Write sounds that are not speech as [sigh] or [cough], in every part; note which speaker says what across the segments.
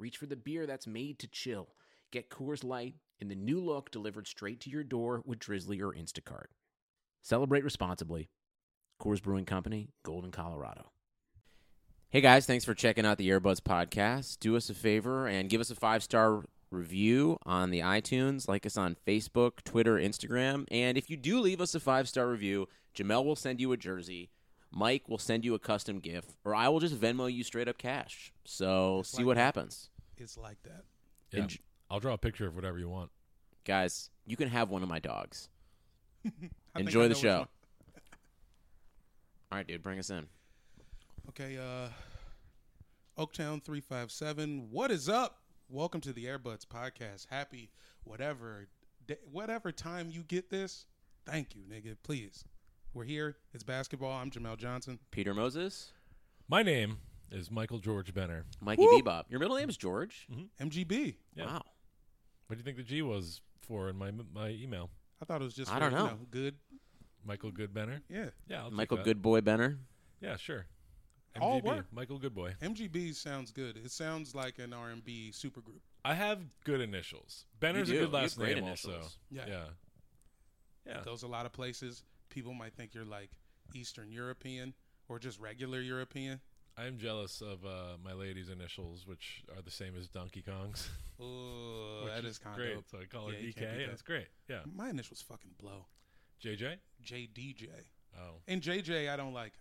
Speaker 1: reach for the beer that's made to chill. Get Coors Light in the new look delivered straight to your door with Drizzly or Instacart. Celebrate responsibly. Coors Brewing Company, Golden, Colorado. Hey guys, thanks for checking out the Earbuds podcast. Do us a favor and give us a five star review on the iTunes, like us on Facebook, Twitter, Instagram. And if you do leave us a five star review, Jamel will send you a jersey, Mike will send you a custom gift, or I will just Venmo you straight up cash. So see what happens.
Speaker 2: It's like that.
Speaker 3: Yeah.
Speaker 1: And j-
Speaker 3: I'll draw a picture of whatever you want.
Speaker 1: Guys, you can have one of my dogs.
Speaker 2: [laughs] I think I
Speaker 1: Enjoy
Speaker 2: know
Speaker 1: the
Speaker 2: which
Speaker 1: show.
Speaker 2: one.
Speaker 1: All right, dude, bring us in.
Speaker 2: Okay, uh Oaktown 357. What is up? Welcome to the Airbuds podcast. Happy whatever day, whatever time you get this. Thank you, nigga. Please. We're here. It's basketball. I'm Jamel Johnson.
Speaker 1: Peter Moses,
Speaker 3: My name is Michael George Benner.
Speaker 1: Mikey Bebop. Your middle name is George?
Speaker 2: Mm-hmm. MGB.
Speaker 3: Yeah.
Speaker 1: Wow.
Speaker 3: What do you think the G was for in my my email?
Speaker 2: I thought it was just
Speaker 1: I
Speaker 2: for,
Speaker 1: don't
Speaker 2: you
Speaker 1: know.
Speaker 2: good.
Speaker 3: Michael Good Benner.
Speaker 2: Yeah.
Speaker 3: Yeah, I'll take
Speaker 1: Michael
Speaker 3: that.
Speaker 1: Goodboy Benner.
Speaker 3: Yeah, sure.
Speaker 2: All
Speaker 3: MGB,
Speaker 2: work.
Speaker 3: Michael Goodboy.
Speaker 2: MGB sounds good. It sounds like an R&B supergroup.
Speaker 3: I have good initials. Benner's
Speaker 1: do.
Speaker 3: a
Speaker 1: You
Speaker 3: good last
Speaker 1: have great
Speaker 3: name also.
Speaker 1: initials.
Speaker 3: Yeah.
Speaker 2: Yeah.
Speaker 3: Yeah. Yeah.
Speaker 2: Those a lot of places people might think you're like Eastern European or just regular European.
Speaker 3: I'm jealous of uh, my lady's initials, which are the same as Donkey
Speaker 2: [laughs]
Speaker 3: Kong's.
Speaker 2: Oh,
Speaker 3: which
Speaker 2: that is kind
Speaker 3: great.
Speaker 2: of
Speaker 3: So I call E her
Speaker 2: Yeah, you
Speaker 3: DK.
Speaker 2: can't beat
Speaker 3: Yeah,
Speaker 2: that.
Speaker 3: it's great. Yeah.
Speaker 2: My initials fucking blow.
Speaker 3: JJ?
Speaker 2: JDJ.
Speaker 3: Oh,
Speaker 2: And JJ, I don't like.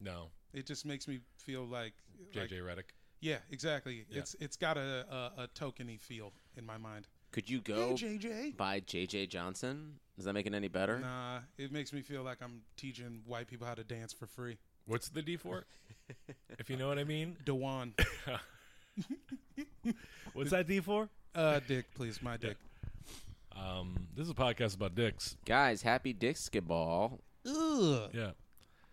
Speaker 3: no.
Speaker 2: It just makes me feel like. like-
Speaker 3: JJ Reddick.
Speaker 2: yeah, exactly.
Speaker 3: Yeah.
Speaker 2: It's it's got a a, a tokeny feel in my mind.
Speaker 1: Could you go
Speaker 2: Hey, JJ.
Speaker 1: by JJ Johnson? Does that make it any better?
Speaker 2: Nah, it makes me feel like I'm teaching white people how to dance for free.
Speaker 3: What's the
Speaker 2: [laughs]
Speaker 3: D for? if you know what I mean. [laughs]
Speaker 2: Dewan,
Speaker 3: What's that D for?
Speaker 2: uh, dick, please, my dick.
Speaker 3: Um, this is a podcast about dicks.
Speaker 1: Guys, happy Dixkiball.
Speaker 2: Ugh.
Speaker 3: Yeah.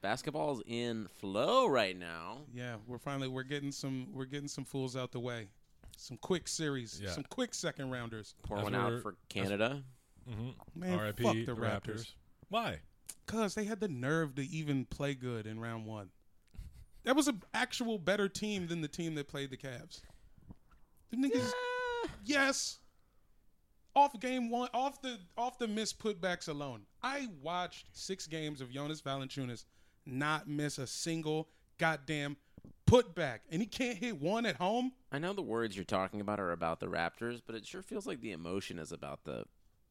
Speaker 1: Basketball's in flow right now.
Speaker 2: Yeah, we're finally we're getting some we're getting some fools out the way. Some quick series,
Speaker 3: Yeah.
Speaker 2: some quick second rounders.
Speaker 1: Pour
Speaker 3: That's
Speaker 1: one
Speaker 3: what
Speaker 1: out
Speaker 3: we're-
Speaker 1: for
Speaker 3: that's-
Speaker 1: Canada.
Speaker 2: Man,
Speaker 3: RIP
Speaker 2: fuck
Speaker 3: the, Raptors. Why?
Speaker 2: Cause they had the nerve to even play good in round one. That was an actual better team than the team that played the Cavs. Them niggas, yes. Off game one, off the off the missed putbacks alone. I watched six games of Jonas Valanciunas not miss a single goddamn putback, and he can't hit one at home.
Speaker 1: I know the words you're talking about are about the Raptors, but it sure feels like the emotion is about the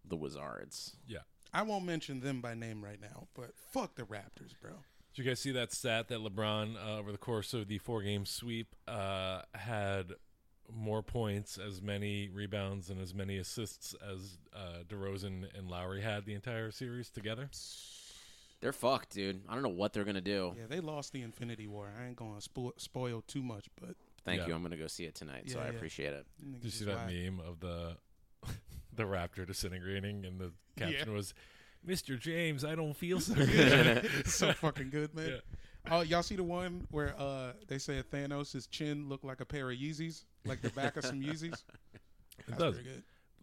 Speaker 1: the Wizards.
Speaker 3: Yeah.
Speaker 2: I won't mention them by name right now, but fuck the Raptors, bro.
Speaker 3: Did you guys see that stat that LeBron, uh, over the course of the four game sweep, uh, had more points, as many rebounds, and as many assists as uh, DeRozan and Lowry had the entire series together?
Speaker 1: They're fucked, dude. I don't know what they're gonna do.
Speaker 2: Yeah, they lost the Infinity War. I ain't gonna spo- spoil too much, but
Speaker 4: Thank
Speaker 3: Yeah.
Speaker 4: you. I'm going to go see it tonight, so
Speaker 2: Yeah,
Speaker 4: I
Speaker 2: yeah.
Speaker 4: appreciate it.
Speaker 2: niggas
Speaker 3: Did you see
Speaker 2: is
Speaker 3: that
Speaker 2: wild.
Speaker 3: meme of the [laughs] the raptor disintegrating, and the caption was, "Mr. James, I don't feel
Speaker 2: [laughs]
Speaker 3: so good."
Speaker 2: It's so fucking good, man. Oh, y'all see the one where uh, they said Thanos' chin looked like a pair of Yeezys, like the back of some
Speaker 3: [laughs]
Speaker 2: Yeezys?
Speaker 3: it does.
Speaker 2: pretty good.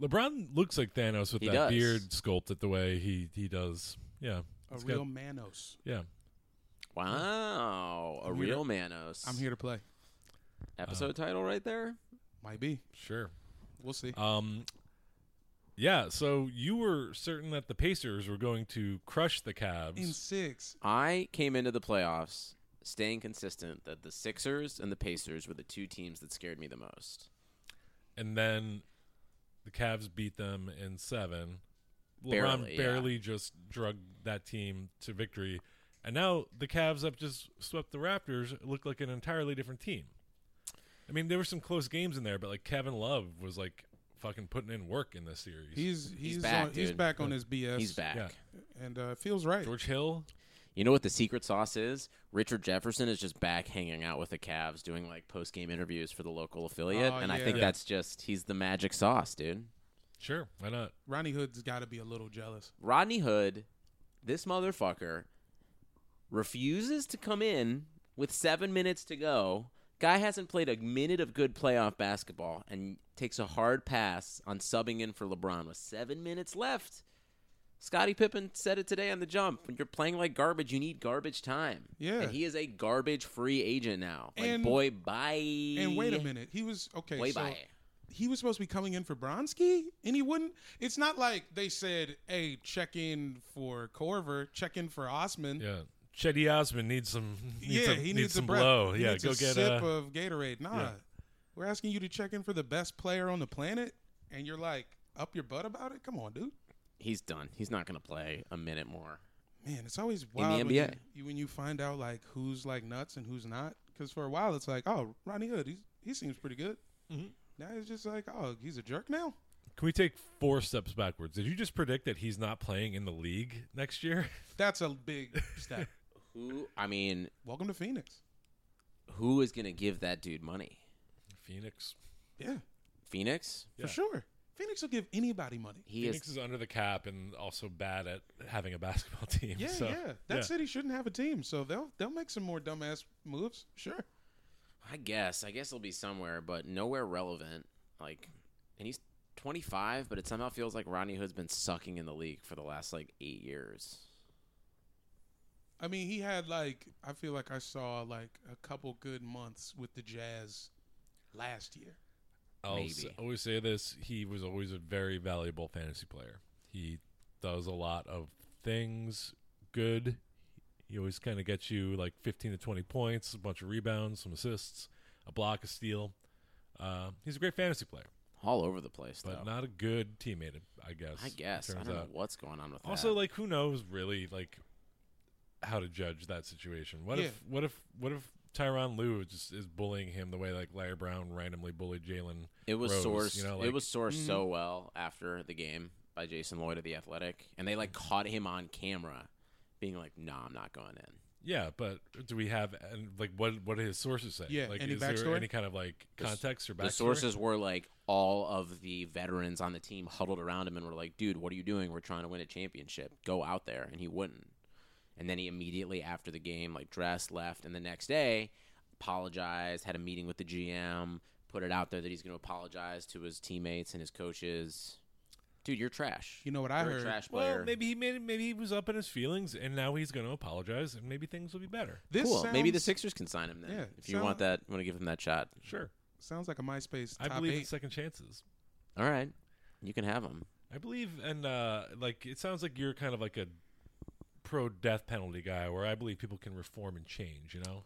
Speaker 3: LeBron looks like Thanos with
Speaker 1: He
Speaker 3: that
Speaker 1: does.
Speaker 3: beard sculpted the way he he does. Yeah,
Speaker 2: A
Speaker 3: It's got-
Speaker 2: real Manos.
Speaker 3: yeah.
Speaker 1: Wow, a
Speaker 2: I'm here
Speaker 1: real
Speaker 2: to-
Speaker 1: Manos.
Speaker 2: I'm here to play.
Speaker 1: Episode title right there.
Speaker 2: Might be.
Speaker 3: Sure.
Speaker 2: We'll see.
Speaker 3: Um, yeah. So you were certain that the Pacers were going to crush the Cavs.
Speaker 2: In six.
Speaker 1: I came into the playoffs staying consistent that the Sixers and the Pacers were the two teams that scared me the most.
Speaker 3: and then the Cavs beat them in seven.
Speaker 1: Barely,
Speaker 3: LeBron
Speaker 1: yeah.
Speaker 3: barely just drugged that team to victory, and now the Cavs have just swept the Raptors. It looked like an entirely different team. I mean, there were some close games in there, but like Kevin Love was like fucking putting in work in this series.
Speaker 2: He's he's
Speaker 1: back,
Speaker 2: on, he's
Speaker 1: dude.
Speaker 2: back on his BS.
Speaker 1: He's back.
Speaker 3: Yeah.
Speaker 2: and uh, feels right.
Speaker 3: George Hill,
Speaker 1: You know what the secret sauce is? Richard Jefferson is just back hanging out with the Cavs doing like post game interviews for the local affiliate.
Speaker 2: Oh,
Speaker 1: and I
Speaker 2: yeah.
Speaker 1: think
Speaker 2: Yeah.
Speaker 1: that's just, he's the magic sauce, dude.
Speaker 3: sure, why not?
Speaker 2: Ronnie Hood's got to be a little jealous.
Speaker 1: Rodney Hood, this motherfucker, refuses to come in with seven minutes to go. Guy hasn't played a minute of good playoff basketball and takes a hard pass on subbing in for LeBron with seven minutes left. Scottie Pippen said it today on the jump. When you're playing like garbage, you need garbage time.
Speaker 2: Yeah.
Speaker 1: And he is a garbage free agent now. Like,
Speaker 2: And-
Speaker 1: boy, bye.
Speaker 2: And wait a minute, he was okay.
Speaker 1: Way
Speaker 2: so
Speaker 1: bye.
Speaker 2: he was supposed to be coming in for Bronski, and he wouldn't. It's not like they said, "Hey, check in for Corver, check in for Osman."
Speaker 3: Yeah, Chetty Osman needs some. [laughs] Needs
Speaker 2: yeah,
Speaker 3: some,
Speaker 2: he needs, a
Speaker 3: some
Speaker 2: breath.
Speaker 3: blow.
Speaker 2: He
Speaker 3: yeah,
Speaker 2: needs
Speaker 3: go
Speaker 2: a
Speaker 3: get
Speaker 2: sip
Speaker 3: uh,
Speaker 2: of Gatorade. Nah, we're asking you to check in for the best player on the planet, and you're like up your butt about it. Come on, dude.
Speaker 1: He's done. He's not going to play a minute more.
Speaker 2: Man, it's always wild when,
Speaker 1: NBA.
Speaker 2: You, you- when you find out like who's like nuts and who's not. Because for a while, it's like, oh, Ronnie Hood, he's, he seems pretty good.
Speaker 3: Mm-hmm.
Speaker 2: Now it's just like, oh, he's a jerk now.
Speaker 3: Can we take four steps backwards? Did you just predict that he's not playing in the league next year?
Speaker 2: That's a
Speaker 3: [laughs]
Speaker 2: big step.
Speaker 1: Who, I mean,
Speaker 2: Welcome to Phoenix.
Speaker 1: who is going to give that dude money?
Speaker 3: Phoenix.
Speaker 2: Yeah,
Speaker 1: Phoenix?
Speaker 3: Yeah.
Speaker 2: for sure. Phoenix will give anybody money.
Speaker 1: He
Speaker 3: Phoenix
Speaker 1: is
Speaker 3: is under the cap and also bad at having a basketball [laughs] team.
Speaker 2: Yeah,
Speaker 3: so,
Speaker 2: yeah. That city shouldn't have a team, so they'll they'll make some more dumbass moves. Sure.
Speaker 1: I guess. I guess he'll be somewhere, but nowhere relevant. Like and he's twenty five, but it somehow feels like Rodney Hood's been sucking in the league for the last like eight years.
Speaker 2: I mean, he had like I feel like I saw like a couple good months with the Jazz last year.
Speaker 3: I'll s-
Speaker 1: Maybe.
Speaker 3: always say this: he was always a very valuable fantasy player. He does a lot of things good. He always kind of gets you like fifteen to twenty points, a bunch of rebounds, some assists, a block, a steal. Uh, he's a great fantasy player,
Speaker 1: All over the place though.
Speaker 3: but not a good teammate, I guess.
Speaker 1: I
Speaker 3: it
Speaker 1: guess. I
Speaker 3: turns
Speaker 1: don't know
Speaker 3: out.
Speaker 1: what's going on with
Speaker 3: Also,
Speaker 1: that.
Speaker 3: like, who knows really, like, how to judge that situation? What
Speaker 2: Yeah.
Speaker 3: if, what if, what if Tyron Lue just is bullying him the way like Larry Brown randomly bullied Jalen?
Speaker 1: it was
Speaker 3: Rose,
Speaker 1: sourced
Speaker 3: You know, like, mm-hmm.
Speaker 1: it was sourced so well after the game by Jason Lloyd of the Athletic. And they like caught him on camera being like, Nah, I'm not going in.
Speaker 3: Yeah, but do we have and like what what do his sources say?
Speaker 2: Yeah,
Speaker 3: like
Speaker 2: any
Speaker 3: is
Speaker 2: backstory?
Speaker 3: there any kind of like context or backstory?
Speaker 1: The sources were like all of the veterans on the team huddled around him and were like, "Dude, what are you doing? We're trying to win a championship. Go out there." And he wouldn't. And then he immediately after the game like dressed, left, and the next day apologized, had a meeting with the GM, put it out there that he's going to apologize to his teammates and his coaches. Dude, you're trash.
Speaker 2: You know what I
Speaker 1: You're a
Speaker 2: heard?
Speaker 1: trash player.
Speaker 3: Well, maybe he made, maybe he was up in his feelings, and now he's going to apologize, and maybe things will be better.
Speaker 2: This
Speaker 1: cool. Maybe the
Speaker 2: sounds-
Speaker 1: Sixers can sign him then.
Speaker 2: Yeah,
Speaker 1: if you
Speaker 2: sound-
Speaker 1: want that, want to give him that shot.
Speaker 3: Sure,
Speaker 2: sounds like a MySpace
Speaker 3: I
Speaker 2: top
Speaker 3: believe in
Speaker 2: eight.
Speaker 3: second chances.
Speaker 1: All right. You can have him.
Speaker 3: I believe, and uh, like it sounds like you're kind of like a pro death penalty guy, where I believe people can reform and change. You know,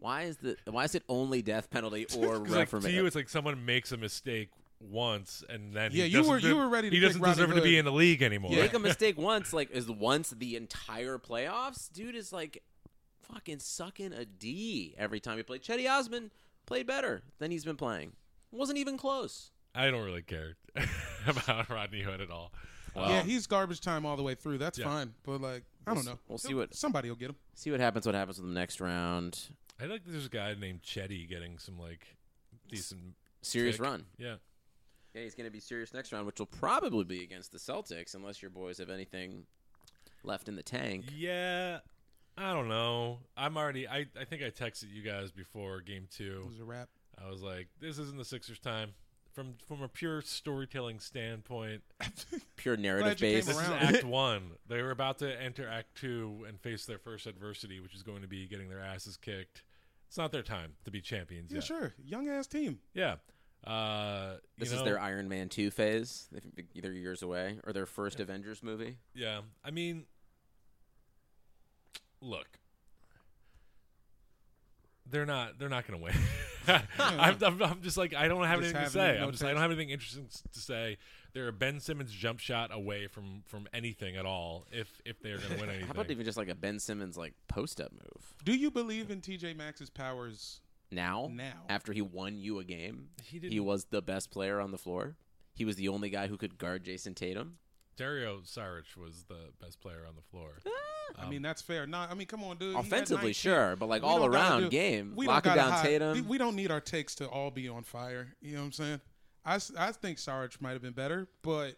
Speaker 1: Why is the why is it only death
Speaker 3: [laughs]
Speaker 1: penalty [laughs] or
Speaker 3: 'Cause, like,
Speaker 1: reformation?
Speaker 3: to you, it's like someone makes a mistake once, and then he
Speaker 2: Yeah, you
Speaker 3: doesn't
Speaker 2: were- you
Speaker 3: de-
Speaker 2: were ready to
Speaker 3: He
Speaker 2: pick
Speaker 3: doesn't
Speaker 2: Rodney
Speaker 3: deserve to be
Speaker 2: Hood.
Speaker 3: in the league anymore.
Speaker 1: Make a mistake once, like is once the entire playoffs, dude is like fucking sucking a D every time he played. Chetty Osman played better than he's been playing. Wasn't even close.
Speaker 3: [laughs] I don't really care [laughs] about Rodney Hood at all.
Speaker 2: yeah,
Speaker 1: Well,
Speaker 2: he's garbage time all the way through. That's
Speaker 3: Yeah.
Speaker 2: fine. But like, I
Speaker 1: We'll
Speaker 2: don't know.
Speaker 1: s- we'll see
Speaker 2: He'll-
Speaker 1: what-
Speaker 2: somebody will get him.
Speaker 1: see what happens. What happens in the next round?
Speaker 3: I like that there's a guy named Chetty getting some like decent
Speaker 1: Serious
Speaker 3: kick.
Speaker 1: run.
Speaker 3: Yeah,
Speaker 1: Yeah, he's going to be serious next round, which will probably be against the Celtics, unless your boys have anything left in the tank.
Speaker 3: yeah. I don't know. I'm already. I I think I texted you guys before game
Speaker 2: It
Speaker 3: two.
Speaker 2: was a
Speaker 3: [laughs]
Speaker 2: wrap.
Speaker 3: I was like, this isn't the Sixers' time. From from a pure storytelling standpoint,
Speaker 1: Pure narrative
Speaker 2: you came
Speaker 1: based.
Speaker 3: this is
Speaker 2: around.
Speaker 1: [laughs]
Speaker 3: Act One. They were about to enter Act Two and face their first adversity, which is going to be getting their asses kicked. It's not their time to be champions.
Speaker 2: Yeah,
Speaker 3: yet.
Speaker 2: sure. Young ass team.
Speaker 3: Yeah. Uh, you
Speaker 1: This
Speaker 3: know,
Speaker 1: is their Iron Man 2 phase. They've been either years away or their first Avengers movie.
Speaker 3: Yeah. I mean, look, they're not. They're not going to win. [laughs] I'm, I'm, I'm just like I don't have
Speaker 2: Hmm. Just
Speaker 3: anything to
Speaker 2: having
Speaker 3: say.
Speaker 2: it, no
Speaker 3: I'm just I don't
Speaker 2: taste.
Speaker 3: have anything interesting s- to say. They're a Ben Simmons jump shot away from from anything at all. If if they're going to win
Speaker 1: [laughs]
Speaker 3: anything,
Speaker 1: How about even just like a Ben Simmons like post up move?
Speaker 2: Do you believe in TJ Maxx's powers?
Speaker 1: Now,
Speaker 2: Now.
Speaker 1: after he won you a game,
Speaker 3: He
Speaker 1: he,
Speaker 3: didn't-
Speaker 1: was the best player on the floor. He was the only guy who could guard Jason Tatum.
Speaker 3: Dario Saric was the best player on the floor.
Speaker 2: I mean, that's fair. Nah, I mean, come on, dude. He had
Speaker 1: Um, Offensively,
Speaker 2: 19.
Speaker 1: sure, but, like,
Speaker 2: We
Speaker 1: all
Speaker 2: don't gotta
Speaker 1: around game,
Speaker 2: we don't
Speaker 1: locking
Speaker 2: gotta
Speaker 1: down
Speaker 2: hide-
Speaker 1: Tatum.
Speaker 2: We don't need our takes to all be on fire. You know what I'm saying? I, s- I think Sarge might have been better, but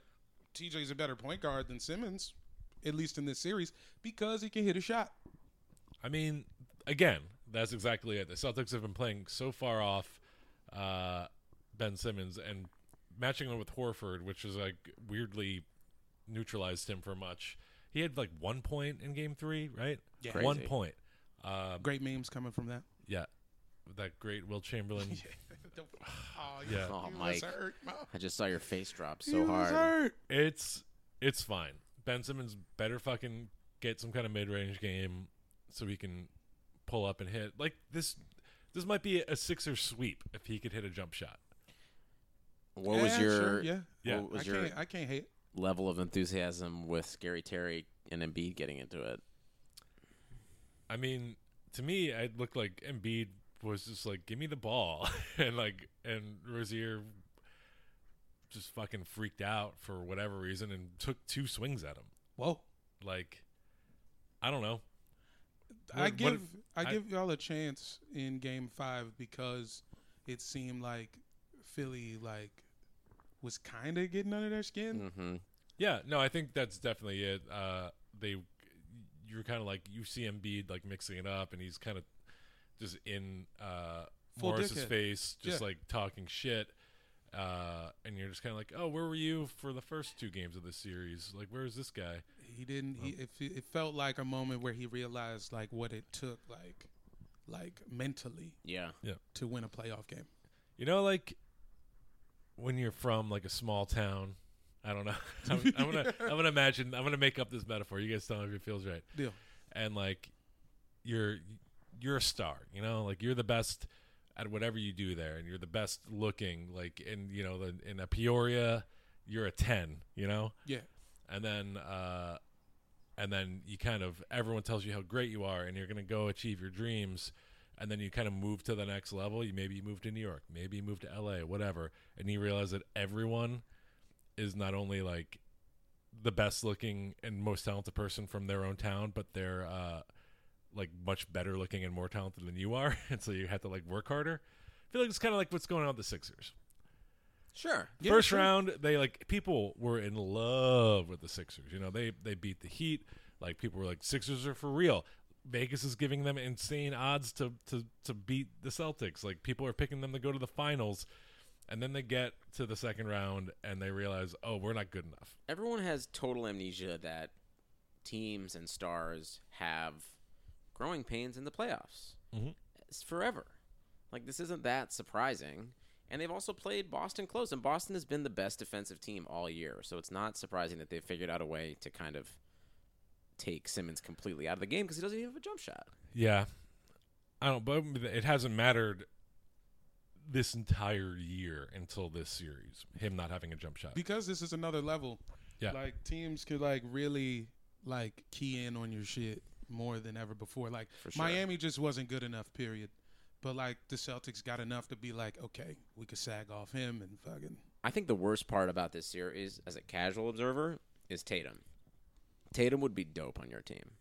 Speaker 2: TJ's a better point guard than Simmons, at least in this series, because he can hit a shot.
Speaker 3: I mean, again, that's exactly it. The Celtics have been playing so far off uh, Ben Simmons and matching him with Horford, which is like weirdly neutralized him for much. He had like one point in game three, right? Yeah. One
Speaker 1: Crazy.
Speaker 3: point. Um,
Speaker 2: Great memes coming
Speaker 1: [sighs]
Speaker 2: from that. [laughs]
Speaker 3: yeah. That great Will Chamberlain.
Speaker 2: Oh,
Speaker 3: Yeah.
Speaker 1: Oh,
Speaker 2: you was
Speaker 1: Mike.
Speaker 2: hurt, Mo.
Speaker 1: I just saw your face drop so
Speaker 2: You was
Speaker 1: hard.
Speaker 2: hurt.
Speaker 3: It's it's fine. Ben Simmons better fucking get some kind of mid range game so he can pull up and hit. Like this this might be a sixer sweep if he could hit a jump shot.
Speaker 1: What
Speaker 2: Yeah,
Speaker 1: was your
Speaker 2: sure, yeah.
Speaker 3: Yeah.
Speaker 1: What was
Speaker 2: I
Speaker 1: your
Speaker 2: can't. I can't hate.
Speaker 1: level of enthusiasm with Scary Terry and Embiid getting into it?
Speaker 3: I mean, to me, it looked like Embiid was just like, "Give me the ball," [laughs] and like, and Rozier just fucking freaked out for whatever reason and took two swings at him.
Speaker 2: Whoa.
Speaker 3: Like, I don't know.
Speaker 2: I
Speaker 3: What-
Speaker 2: give
Speaker 3: what-
Speaker 2: I,
Speaker 3: I-
Speaker 2: give y'all a chance in Game Five because it seemed like Philly like was kind of getting under their skin.
Speaker 1: Mm-hmm.
Speaker 3: Yeah, no, I think that's definitely it. Uh, they, you're kind of like you see Embiid like mixing it up, and he's kind of just in uh,
Speaker 2: Full
Speaker 3: Morris's
Speaker 2: dickhead.
Speaker 3: face, just
Speaker 2: Yeah.
Speaker 3: like talking shit. Uh, and you're just kind of like, oh, where were you for the first two games of the series? Like, where's this guy?
Speaker 2: He didn't. He, it, fe- it felt like a moment where he realized like what it took like like mentally
Speaker 1: Yeah.
Speaker 2: to win a playoff game.
Speaker 3: You know, like when you're from like a small town. I don't know. [laughs] I'm, I'm gonna I'm gonna imagine. I'm gonna make up this metaphor. You guys tell me if it feels right.
Speaker 2: Deal.
Speaker 3: and like you're you're a star you know like you're the best at whatever you do there and you're the best looking like in you know the, in a peoria you're a 10 you know
Speaker 2: Yeah.
Speaker 3: and then uh and then you kind of everyone tells you how great you are and you're gonna go achieve your dreams and then you kind of move to the next level you maybe you move to new york maybe you move to la whatever and you realize that everyone is not only like the best looking and most talented person from their own town but they're uh like much better looking and more talented than you are [laughs] and so you have to like work harder i feel like it's kind of like what's going on with the sixers
Speaker 1: Sure.
Speaker 2: Yeah,
Speaker 3: First
Speaker 2: sure.
Speaker 3: round, they like people were in love with the Sixers. You know, they they beat the Heat. Like people were like, Sixers are for real. Vegas is giving them insane odds to to to beat the Celtics. Like people are picking them to go to the finals, and then they get to the second round and they realize, oh, we're not good enough.
Speaker 1: Everyone has total amnesia that teams and stars have growing pains in the playoffs.
Speaker 3: Mhm.
Speaker 1: It's forever. Like this isn't that surprising. And they've also played Boston close, and Boston has been the best defensive team all year. So it's not surprising that they've figured out a way to kind of take Simmons completely out of the game because he doesn't even have a jump shot.
Speaker 3: Yeah, I don't. But it hasn't mattered this entire year until this series. Him not having a jump shot.
Speaker 2: Because this is another level.
Speaker 3: yeah.
Speaker 2: Like teams could like really like key in on your shit more than ever before. Like
Speaker 1: For sure.
Speaker 2: Miami just wasn't good enough, period. But like the Celtics got enough to be like, okay, we could sag off him and fucking
Speaker 1: I think the worst part about this series, as a casual observer, is Tatum. Tatum would be dope on your team.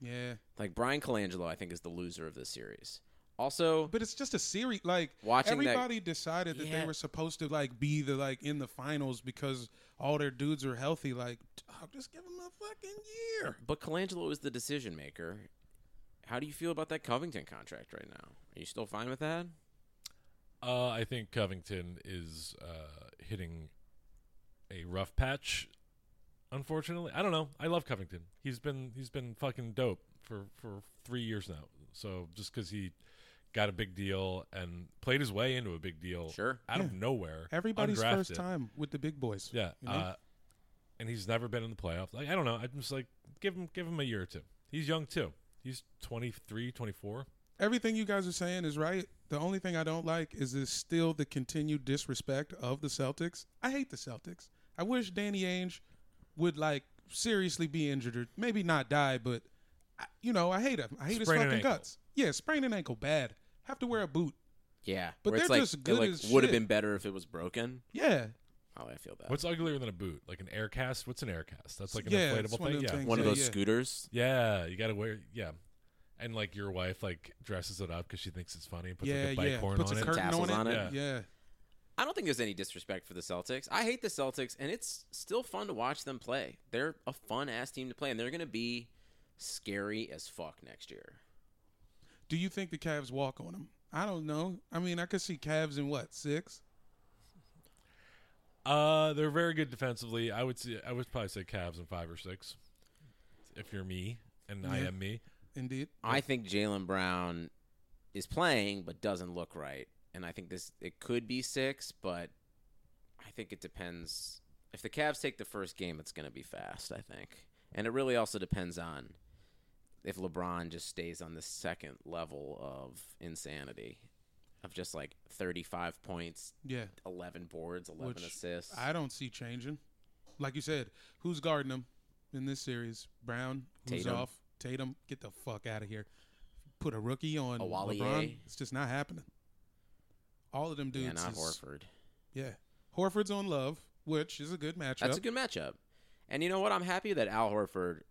Speaker 2: yeah.
Speaker 1: Like Brian Colangelo, I think is the loser of this series. Also,
Speaker 2: But it's just a series. Like
Speaker 1: Watching that-
Speaker 2: everybody decided that
Speaker 1: Yeah.
Speaker 2: they were supposed to like be the like in the finals because all their dudes are healthy. Like, dog, just give them a fucking year.
Speaker 1: but Colangelo is the decision maker. How do you feel about that Covington contract right now? Are you still fine with that?
Speaker 3: Uh, I think Covington is uh, hitting a rough patch. Unfortunately, I don't know. I love Covington. He's been he's been fucking dope for for three years now. So just because he got a big deal and played his way into a big deal,
Speaker 1: Sure.
Speaker 3: out of
Speaker 2: Yeah.
Speaker 3: nowhere,
Speaker 2: Everybody's first
Speaker 3: undrafted.
Speaker 2: time with the big boys.
Speaker 3: yeah.
Speaker 2: You know?
Speaker 3: Uh, and he's never been in the playoffs. Like I don't know. I'm just like give him give him a year or two. He's young too. He's 23, 24.
Speaker 2: Everything you guys are saying is right. The only thing I don't like is this still the continued disrespect of the Celtics. I hate the Celtics. I wish Danny Ainge would like seriously be injured or maybe not die, but I, you know I hate him. I hate
Speaker 3: Sprain an
Speaker 2: his fucking
Speaker 3: ankle.
Speaker 2: guts. Yeah, sprain an ankle bad. Have to wear a boot.
Speaker 1: Yeah,
Speaker 2: But
Speaker 1: where it's
Speaker 2: they're
Speaker 1: like,
Speaker 2: just
Speaker 1: it,
Speaker 2: good
Speaker 1: like,
Speaker 2: as
Speaker 1: Would have
Speaker 2: shit.
Speaker 1: been better if it was broken.
Speaker 2: Yeah,
Speaker 1: Oh, I feel bad.
Speaker 3: What's uglier than a boot? Like an air cast? What's an air cast? That's like an
Speaker 2: Yeah, it's
Speaker 3: inflatable
Speaker 2: one of
Speaker 3: thing.
Speaker 2: them
Speaker 3: Yeah.
Speaker 2: things.
Speaker 1: one of
Speaker 2: Yeah,
Speaker 1: those
Speaker 2: yeah.
Speaker 1: scooters?
Speaker 3: Yeah, you gotta wear yeah, and like your wife like dresses it up because she thinks it's funny and puts
Speaker 2: yeah,
Speaker 3: like a bike
Speaker 2: yeah.
Speaker 3: horn
Speaker 2: Puts
Speaker 3: on
Speaker 2: a
Speaker 3: it.
Speaker 2: curtain
Speaker 1: Tassels
Speaker 2: on it.
Speaker 1: on
Speaker 3: it.
Speaker 2: Yeah.
Speaker 1: I don't think there's any disrespect for the Celtics. I hate the Celtics, and it's still fun to watch them play. They're a fun ass team to play, and they're gonna be scary as fuck next year.
Speaker 2: Do you think the Cavs walk on him? I don't know. I mean, I could see Cavs in what six?
Speaker 3: Uh, they're very good defensively. I would say I would probably say Cavs in five or six, if you're me and I
Speaker 2: Yeah.
Speaker 3: am me.
Speaker 2: Indeed.
Speaker 1: I think Jalen Brown is playing but doesn't look right, and I think this it could be six, but I think it depends. If the Cavs take the first game, it's going to be fast, I think, and it really also depends on if LeBron just stays on the second level of insanity of just like thirty-five points,
Speaker 2: Yeah.
Speaker 1: eleven boards, eleven
Speaker 2: Which
Speaker 1: assists.
Speaker 2: I don't see changing. Like you said, who's guarding him in this series? Brown, who's
Speaker 1: Tatum.
Speaker 2: off? Tatum, get the fuck out of here. Put a rookie on
Speaker 1: Awalier.
Speaker 2: LeBron. It's just not happening. All of them dudes.
Speaker 1: yeah, not
Speaker 2: is-
Speaker 1: Horford.
Speaker 2: Yeah. Horford's on Love, which is a good matchup.
Speaker 1: That's a good matchup. And you know what? I'm happy that Al Horford,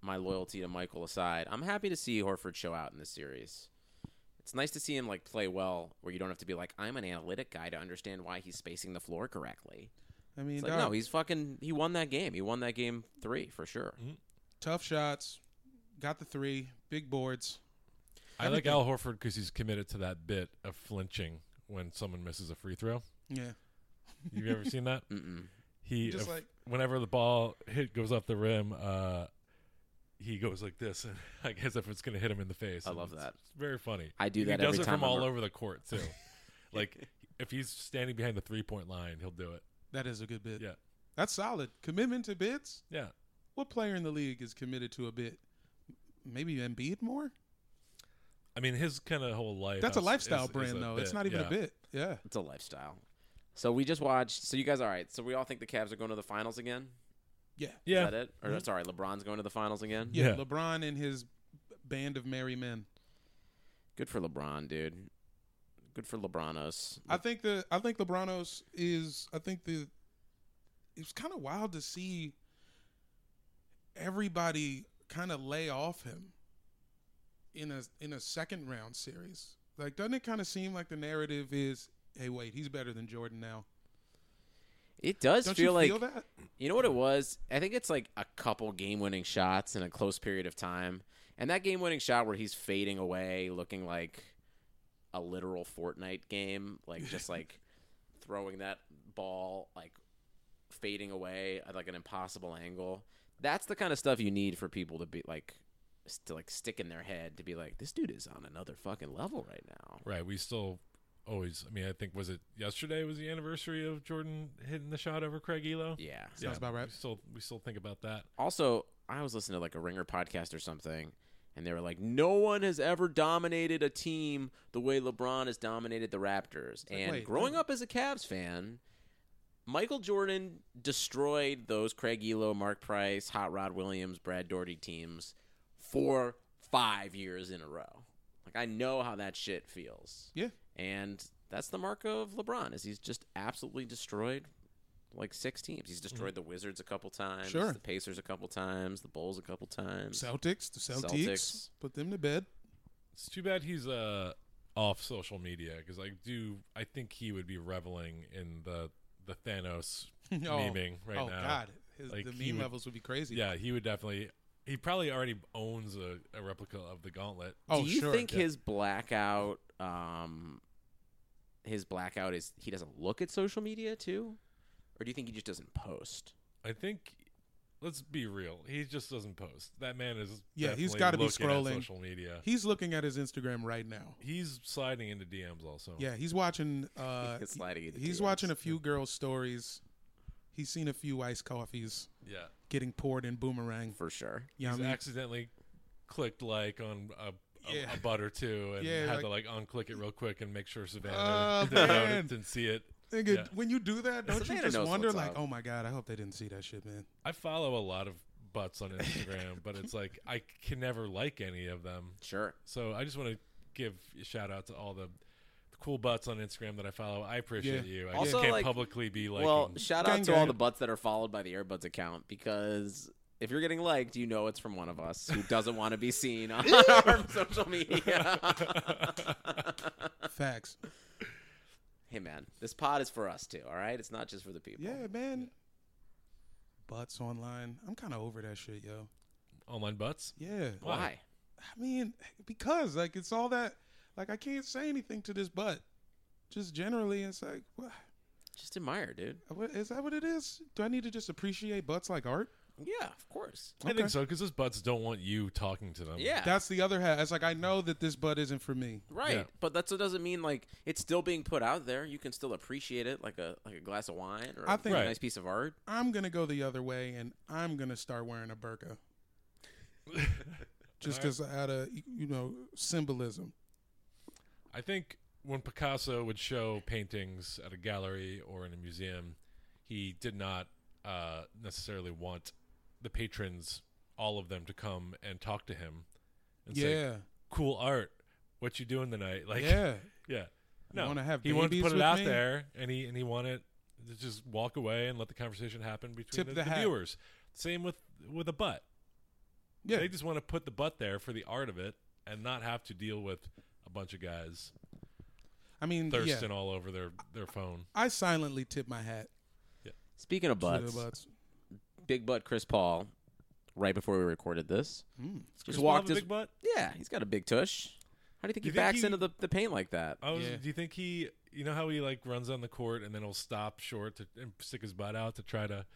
Speaker 1: my loyalty to Michael aside, I'm happy to see Horford show out in this series. It's nice to see him like play well, where you don't have to be like, I'm an analytic guy to understand why he's spacing the floor correctly.
Speaker 2: I mean,
Speaker 1: It's like,
Speaker 2: dog,
Speaker 1: no, he's fucking. He won that game. He won that game three for sure.
Speaker 2: tough shots. Got the three big boards.
Speaker 3: I like Al Horford because he's committed to that bit of flinching when someone misses a free throw.
Speaker 2: Yeah.
Speaker 3: You've ever seen that?
Speaker 2: Mm-hmm.
Speaker 1: Mm-mm.
Speaker 3: He
Speaker 2: Just
Speaker 3: if-
Speaker 2: like-
Speaker 3: whenever the ball hit goes off the rim, uh, he goes like this, [laughs] and I guess if it's gonna hit him in the face,
Speaker 1: I
Speaker 3: and
Speaker 1: love
Speaker 3: it's-
Speaker 1: that.
Speaker 3: It's very funny.
Speaker 1: I do
Speaker 3: And
Speaker 1: that
Speaker 3: He does
Speaker 1: every
Speaker 3: it
Speaker 1: time
Speaker 3: from
Speaker 1: I'm
Speaker 3: all
Speaker 1: ar-
Speaker 3: over the court
Speaker 1: [laughs]
Speaker 3: too. like if he's standing behind the three point line, he'll do it.
Speaker 2: That is a good bit.
Speaker 3: Yeah,
Speaker 2: That's solid. Commitment to bids.
Speaker 3: yeah.
Speaker 2: What player in the league is committed to a bid? Maybe Embiid more?
Speaker 3: I mean, his kind of whole life.
Speaker 2: That's a
Speaker 3: is-
Speaker 2: lifestyle
Speaker 3: is- is
Speaker 2: brand,
Speaker 3: a
Speaker 2: though. It's
Speaker 3: bit,
Speaker 2: not even
Speaker 3: yeah.
Speaker 2: a bit. Yeah.
Speaker 1: It's a lifestyle. So we just watched. So you guys, all right? So we all think the Cavs are going to the finals again.
Speaker 2: Yeah. Mm-hmm.
Speaker 3: Yeah,
Speaker 1: Is that it? Or sorry, LeBron's going to the finals again.
Speaker 2: Yeah,
Speaker 3: Yeah.
Speaker 2: LeBron and his band of merry men.
Speaker 1: Good for LeBron, dude. Good for LeBronos.
Speaker 2: I think the I think LeBronos is I think the it's kind of wild to see everybody kind of lay off him in a in a second round series. Like doesn't it kind of seem like the narrative is hey wait, he's better than Jordan now.
Speaker 1: It does
Speaker 2: Don't
Speaker 1: feel
Speaker 2: you
Speaker 1: like
Speaker 2: feel that?
Speaker 1: you know what it was. I think it's like a couple game-winning shots in a close period of time, and that game-winning shot where he's fading away, looking like a literal Fortnite game, like just like throwing that ball like fading away at like an impossible angle. That's the kind of stuff you need for people to be like s- to like stick in their head to be like this dude is on another fucking level right now.
Speaker 3: Right. We still always. I mean, I think was it yesterday was the anniversary of Jordan hitting the shot over Craig Elo.
Speaker 1: Yeah.
Speaker 3: Yeah,
Speaker 2: Sounds about right.
Speaker 3: We still we still think about that.
Speaker 1: Also, I was listening to like a Ringer podcast or something, and they were like, "No one has ever dominated a team the way LeBron has dominated the Raptors."
Speaker 2: like,
Speaker 1: and
Speaker 2: wait,
Speaker 1: growing
Speaker 2: no.
Speaker 1: up as a Cavs fan, Michael Jordan destroyed those Craig Elo, Mark Price, Hot Rod Williams, Brad Doherty teams four, five years in a row. Like I know how that shit feels.
Speaker 2: Yeah.
Speaker 1: And that's the mark of LeBron is he's just absolutely destroyed like six teams. He's destroyed the Wizards a couple times,
Speaker 2: Mm-hmm. Sure.
Speaker 1: the Pacers a couple times, the Bulls a couple times.
Speaker 2: Celtics, the Celtics,
Speaker 1: Celtics.
Speaker 2: put them to bed.
Speaker 3: It's too bad he's uh off social media because I do I think he would be reveling in the the
Speaker 2: [laughs]
Speaker 3: Thanos
Speaker 2: oh,
Speaker 3: memeing right
Speaker 2: oh
Speaker 3: now.
Speaker 2: God, His,
Speaker 3: Like,
Speaker 2: the
Speaker 3: he
Speaker 2: meme
Speaker 3: would-
Speaker 2: levels would be crazy.
Speaker 3: Yeah, he would definitely. He probably already owns a, a replica of the gauntlet.
Speaker 2: Oh,
Speaker 1: Do you
Speaker 2: sure.
Speaker 1: think
Speaker 2: yeah.
Speaker 1: his blackout um his blackout is he doesn't look at social media too? Or do you think he just doesn't post?
Speaker 3: I think. Let's be real. He just doesn't post. That man is.
Speaker 2: Yeah, he's
Speaker 3: definitely
Speaker 2: got to be
Speaker 3: looking at
Speaker 2: scrolling.
Speaker 3: social media.
Speaker 2: He's looking at his Instagram right now.
Speaker 3: He's sliding into DMs also.
Speaker 2: Yeah, he's
Speaker 1: [laughs]
Speaker 2: watching. Uh,
Speaker 1: He's sliding into
Speaker 2: he's
Speaker 1: DMs.
Speaker 2: watching a few girls' stories. He's seen a few iced coffees
Speaker 3: yeah.
Speaker 2: getting poured in boomerang.
Speaker 1: For sure.
Speaker 2: Yeah,
Speaker 3: he's accidentally clicked like on a. A,
Speaker 2: Yeah.
Speaker 3: a butt or two, and
Speaker 2: Yeah,
Speaker 3: had
Speaker 2: like-
Speaker 3: to like unclick it real quick and make sure Savannah
Speaker 2: Oh,
Speaker 3: [laughs]
Speaker 2: man.
Speaker 3: didn't, notice, didn't see it.
Speaker 2: Nigga,
Speaker 3: Yeah.
Speaker 2: when you do that, don't you
Speaker 1: Savannah
Speaker 2: just
Speaker 1: knows
Speaker 2: wonder
Speaker 1: what's
Speaker 2: like,
Speaker 1: up.
Speaker 2: oh my god, I hope they didn't see that shit,
Speaker 1: [laughs]
Speaker 2: man.
Speaker 3: I follow a lot of butts on Instagram, but it's like I can never like any of them.
Speaker 1: Sure.
Speaker 3: So I just want to give a shout out to all the cool butts on Instagram that I follow. I appreciate
Speaker 2: Yeah.
Speaker 3: you. I
Speaker 1: Also,
Speaker 3: just can't
Speaker 1: like-
Speaker 3: publicly be like,
Speaker 1: well, shout out
Speaker 2: Gang,
Speaker 1: to all
Speaker 2: gang.
Speaker 1: the butts that are followed by the Airbuds account because if you're getting liked, you know it's from one of us who doesn't want to be seen
Speaker 2: [laughs]
Speaker 1: on our social media.
Speaker 2: Facts.
Speaker 1: hey, man, this pod is for us too. All right, it's not just for the people.
Speaker 2: Yeah, man. Butts online. I'm kind of over that shit, yo.
Speaker 3: online butts.
Speaker 2: Yeah.
Speaker 1: Why?
Speaker 2: I mean, because like it's all that. Like I can't say anything to this butt. Just generally, it's like, what,
Speaker 1: Just admire, dude.
Speaker 2: what is that? What it is? Do I need to just appreciate butts like art?
Speaker 1: Yeah, of course.
Speaker 3: I think so because those butts don't want you talking to them.
Speaker 1: Yeah.
Speaker 2: That's the other half. It's like I know that this butt isn't for me.
Speaker 1: Right,
Speaker 3: Yeah.
Speaker 1: but that's what doesn't mean like it's still being put out there. You can still appreciate it, like a like a glass of wine or
Speaker 2: I think-
Speaker 1: a
Speaker 3: Right.
Speaker 1: nice piece of art.
Speaker 2: I'm gonna go the other way, and I'm gonna start wearing a burqa. Just as out of you know symbolism.
Speaker 3: I think when Picasso would show paintings at a gallery or in a museum, he did not uh, necessarily want the patrons, all of them, to come and talk to him and say,
Speaker 2: yeah.
Speaker 3: "Cool art, what you doing tonight?" [laughs] Like,
Speaker 2: yeah.
Speaker 3: yeah.
Speaker 2: You
Speaker 3: No,
Speaker 2: wanna have
Speaker 3: he wanted to
Speaker 2: babies
Speaker 3: put it
Speaker 2: with
Speaker 3: out
Speaker 2: me?
Speaker 3: there, and he and he wanted to just walk away and let the conversation happen between
Speaker 2: Tip
Speaker 3: the,
Speaker 2: the
Speaker 3: the
Speaker 2: hat.
Speaker 3: viewers. Same with with a butt.
Speaker 2: Yeah.
Speaker 3: They just want to put the butt there for the art of it and not have to deal with a bunch of guys
Speaker 2: I mean, yeah.
Speaker 3: thirsting all over their their phone.
Speaker 2: I silently tip my hat
Speaker 1: Speaking of
Speaker 2: to
Speaker 1: butts,
Speaker 2: the butts.
Speaker 1: big butt Chris Paul, right before we recorded this, just
Speaker 3: Chris Paul
Speaker 1: walked
Speaker 3: have a
Speaker 1: his
Speaker 3: big butt.
Speaker 1: Yeah, he's got a big tush. How do you think
Speaker 3: You
Speaker 1: he
Speaker 3: think
Speaker 1: backs
Speaker 3: he- Oh.
Speaker 1: into the, the paint like that?
Speaker 3: I was,
Speaker 2: Yeah.
Speaker 3: Do you think he? You know how he like runs on the court and then he'll stop short to and stick his butt out to try to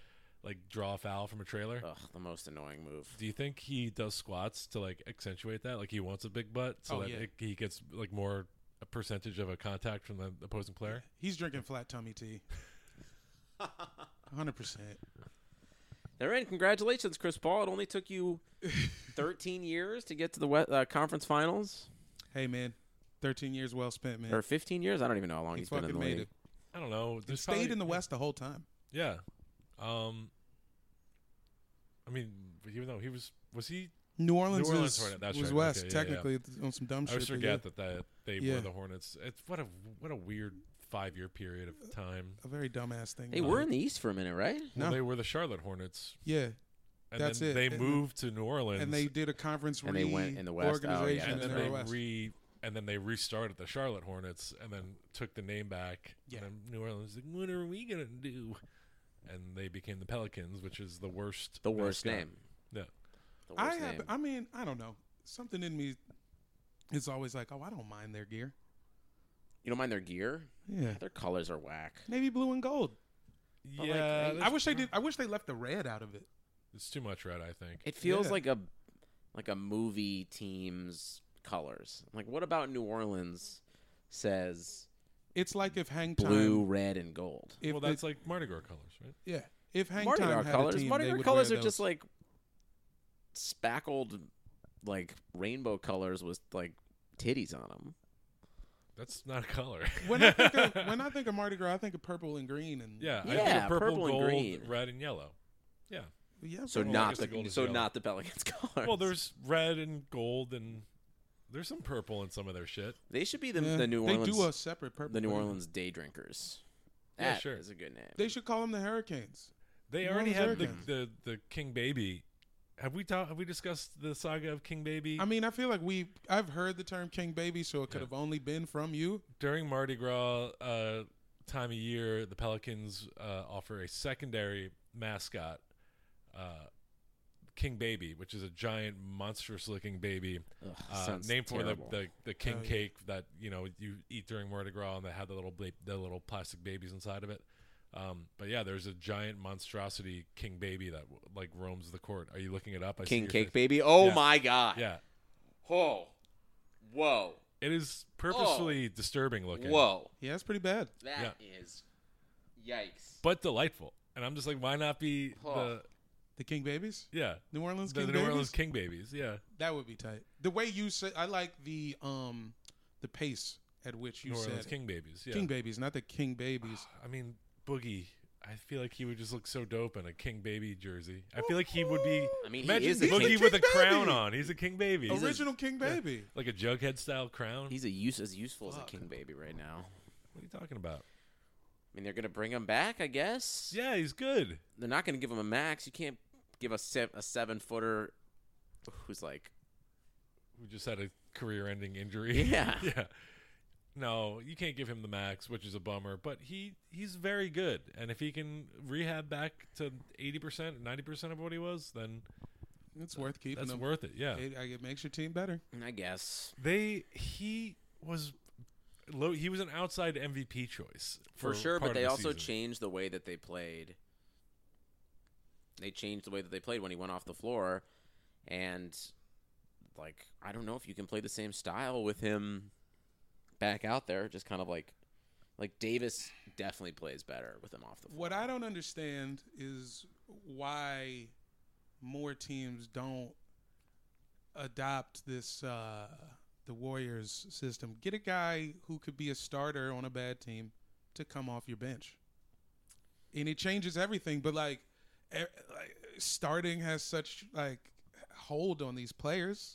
Speaker 3: like draw a foul from a trailer.
Speaker 1: Ugh, the most annoying move.
Speaker 3: Do you think he does squats to like accentuate that? Like he wants a big butt so
Speaker 2: Oh,
Speaker 3: that
Speaker 2: yeah.
Speaker 3: it, he gets like more a percentage of a contact from the opposing player.
Speaker 2: He's drinking flat tummy
Speaker 3: [laughs]
Speaker 2: tea. 100%.
Speaker 1: Therein, congratulations, Chris Paul. It only took you
Speaker 2: [laughs]
Speaker 1: 13 years to get to the we- uh, conference finals,
Speaker 2: Hey, man. 13 years well spent, man.
Speaker 1: or 15 years. I don't even know how long
Speaker 2: He
Speaker 1: has been in
Speaker 2: fucking
Speaker 1: the
Speaker 2: made
Speaker 1: league.
Speaker 2: it.
Speaker 3: I don't know.
Speaker 2: He
Speaker 3: There's
Speaker 2: stayed
Speaker 3: probably-
Speaker 2: in the West the whole time.
Speaker 3: Yeah. Um. I mean, even though he was was he?
Speaker 2: New Orleans,
Speaker 3: New Orleans
Speaker 2: is,
Speaker 3: Hornet, that's
Speaker 2: was
Speaker 3: right,
Speaker 2: West,
Speaker 3: okay, yeah, yeah.
Speaker 2: technically, th- on some dumb shit.
Speaker 3: I always
Speaker 2: but
Speaker 3: forget
Speaker 2: yeah,
Speaker 3: that that they
Speaker 2: Yeah.
Speaker 3: were the Hornets. It's what a what a weird five year period of time.
Speaker 2: a very dumbass thing.
Speaker 1: They
Speaker 2: but-
Speaker 1: were in the East for a minute, right?
Speaker 3: Well,
Speaker 2: No.
Speaker 3: they were the Charlotte Hornets,
Speaker 2: Yeah.
Speaker 3: and
Speaker 2: That's
Speaker 3: then
Speaker 2: it.
Speaker 3: they
Speaker 2: And-
Speaker 3: moved to New Orleans,
Speaker 2: And they did a conference
Speaker 1: And they went in the West. Oh, yeah,
Speaker 2: reorganization
Speaker 1: that's
Speaker 3: and
Speaker 2: in
Speaker 3: then
Speaker 2: the
Speaker 3: they
Speaker 2: West.
Speaker 3: re and then they restarted the Charlotte Hornets and then took the name back.
Speaker 2: Yeah.
Speaker 3: And then New Orleans was like, what are we gonna do? And they became the Pelicans, which is the worst.
Speaker 1: The worst
Speaker 3: mascot.
Speaker 1: name.
Speaker 3: Yeah.
Speaker 1: The worst
Speaker 2: I have,
Speaker 1: name.
Speaker 2: I mean, I don't know. Something in me is always like, oh, I don't mind their gear.
Speaker 1: you don't mind their gear?
Speaker 2: Yeah.
Speaker 1: Their colors are whack.
Speaker 2: Navy blue and gold.
Speaker 1: like,
Speaker 3: yeah.
Speaker 1: I-
Speaker 2: I
Speaker 3: that's-
Speaker 2: wish they did. I wish they left the red out of it.
Speaker 3: it's too much red. I think.
Speaker 1: It feels
Speaker 2: Yeah.
Speaker 1: like a like a movie team's colors. Like, what about New Orleans? Says
Speaker 2: It's like if Hang Time.
Speaker 1: blue, red, and gold.
Speaker 2: If
Speaker 3: well,
Speaker 2: the-
Speaker 3: that's like Mardi Gras colors, right?
Speaker 2: yeah. If Hang
Speaker 1: Mardi
Speaker 2: Time
Speaker 1: Gras
Speaker 2: had
Speaker 1: colors.
Speaker 2: a team,
Speaker 1: Mardi
Speaker 2: they
Speaker 1: Gras
Speaker 2: would
Speaker 1: colors are
Speaker 2: wear
Speaker 1: just
Speaker 2: those.
Speaker 1: like spackled, like rainbow colors with like titties on them.
Speaker 3: That's not a color.
Speaker 2: when I think of,
Speaker 3: [laughs]
Speaker 2: when I think of Mardi Gras, I think of purple and green and
Speaker 3: yeah, I think
Speaker 1: Yeah,
Speaker 3: of purple,
Speaker 1: purple and
Speaker 3: gold,
Speaker 1: green.
Speaker 3: red, and yellow. Yeah,
Speaker 2: Yeah,
Speaker 1: So
Speaker 2: but-
Speaker 3: I
Speaker 1: not
Speaker 3: guess the gold
Speaker 1: the
Speaker 3: is
Speaker 1: so
Speaker 3: yellow.
Speaker 1: not the Pelicans [laughs] colors.
Speaker 3: Well, there's red and gold, and there's some purple in some of their shit.
Speaker 1: they should be the,
Speaker 2: Yeah,
Speaker 1: the New
Speaker 2: they
Speaker 1: Orleans
Speaker 2: do a separate purple.
Speaker 1: the New
Speaker 2: one.
Speaker 1: Orleans Day Drinkers.
Speaker 3: Yeah,
Speaker 1: That is
Speaker 3: sure.
Speaker 1: a good name.
Speaker 2: They should call them the Hurricanes.
Speaker 3: They
Speaker 2: New
Speaker 3: already have
Speaker 2: Orleans
Speaker 3: the,
Speaker 2: Hurricanes.
Speaker 3: the the King Baby. Have we talked? Have we discussed the saga of King Baby
Speaker 2: I mean, I feel like we. I've heard the term King Baby, so it could
Speaker 3: Yeah.
Speaker 2: have only been from you.
Speaker 3: during Mardi Gras uh, time of year? The Pelicans uh, offer a secondary mascot, uh, King Baby, which is a giant, monstrous-looking baby
Speaker 1: Ugh,
Speaker 3: uh,
Speaker 1: sounds
Speaker 3: named for the,
Speaker 1: terrible.
Speaker 3: the, the king
Speaker 2: Oh, yeah.
Speaker 3: cake that you know you eat during Mardi Gras, and they have the little bla- the little plastic babies inside of it. Um, but yeah, there's a giant monstrosity king baby that like roams the court. Are you looking it up? I see
Speaker 1: King
Speaker 3: your
Speaker 1: Cake
Speaker 3: face.
Speaker 1: Baby. Oh
Speaker 3: Yeah.
Speaker 1: my god.
Speaker 3: Yeah,
Speaker 1: Oh. Whoa.
Speaker 3: it is purposefully disturbing looking,
Speaker 1: Oh. Whoa.
Speaker 2: Yeah, it's pretty bad.
Speaker 1: That is yikes.
Speaker 3: but delightful. And I'm just like, why not be
Speaker 1: Oh.
Speaker 2: The King Babies,
Speaker 3: the yeah
Speaker 2: New Orleans
Speaker 3: the,
Speaker 2: King
Speaker 3: the New
Speaker 2: Babies.
Speaker 3: Orleans king babies? Yeah,
Speaker 2: That would be tight. The way you said, I like the um, the pace at which you
Speaker 3: New
Speaker 2: said
Speaker 3: Orleans
Speaker 2: it.
Speaker 3: king babies. Yeah,
Speaker 2: King Babies, not the King Babies.
Speaker 3: I mean Boogie. I feel like he would just look so dope in a King Baby jersey. I feel like he would be.
Speaker 1: I mean, he
Speaker 3: imagine
Speaker 1: is a
Speaker 3: Boogie
Speaker 1: king-
Speaker 3: with a
Speaker 2: King
Speaker 3: crown
Speaker 2: Baby!
Speaker 3: on. He's a King Baby. He's a-
Speaker 2: Original King Baby.
Speaker 3: like a Jughead style crown.
Speaker 1: He's a use as useful as a
Speaker 2: Fuck.
Speaker 1: King Baby right now.
Speaker 3: what are you talking about?
Speaker 1: I mean, they're gonna bring him back, I guess.
Speaker 3: Yeah, he's good.
Speaker 1: They're not gonna give him a max. You can't give a se- a seven footer who's like
Speaker 3: We just had a career-ending injury.
Speaker 1: Yeah.
Speaker 3: [laughs] yeah. No, you can't give him the max, which is a bummer. But he he's very good, and if he can rehab back to eighty percent, ninety percent of what he was, then
Speaker 2: It's worth keeping
Speaker 3: that's
Speaker 2: them.
Speaker 3: worth it. Yeah.
Speaker 2: It, it makes your team better.
Speaker 1: mm, I guess.
Speaker 3: They he was low. He was an outside MVP choice
Speaker 1: For, sure, but
Speaker 3: part of
Speaker 1: they
Speaker 3: the
Speaker 1: also
Speaker 3: season.
Speaker 1: changed the way that they played. They changed the way that they played when he went off the floor, and like I don't know if you can play the same style with him back out there. Just kind of like, like Davis definitely plays better with him off the floor.
Speaker 2: What I don't understand is why more teams don't adopt this uh, the Warriors system. Get a guy who could be a starter on a bad team to come off your bench, and it changes everything. But like, e- like starting has such like hold on these players.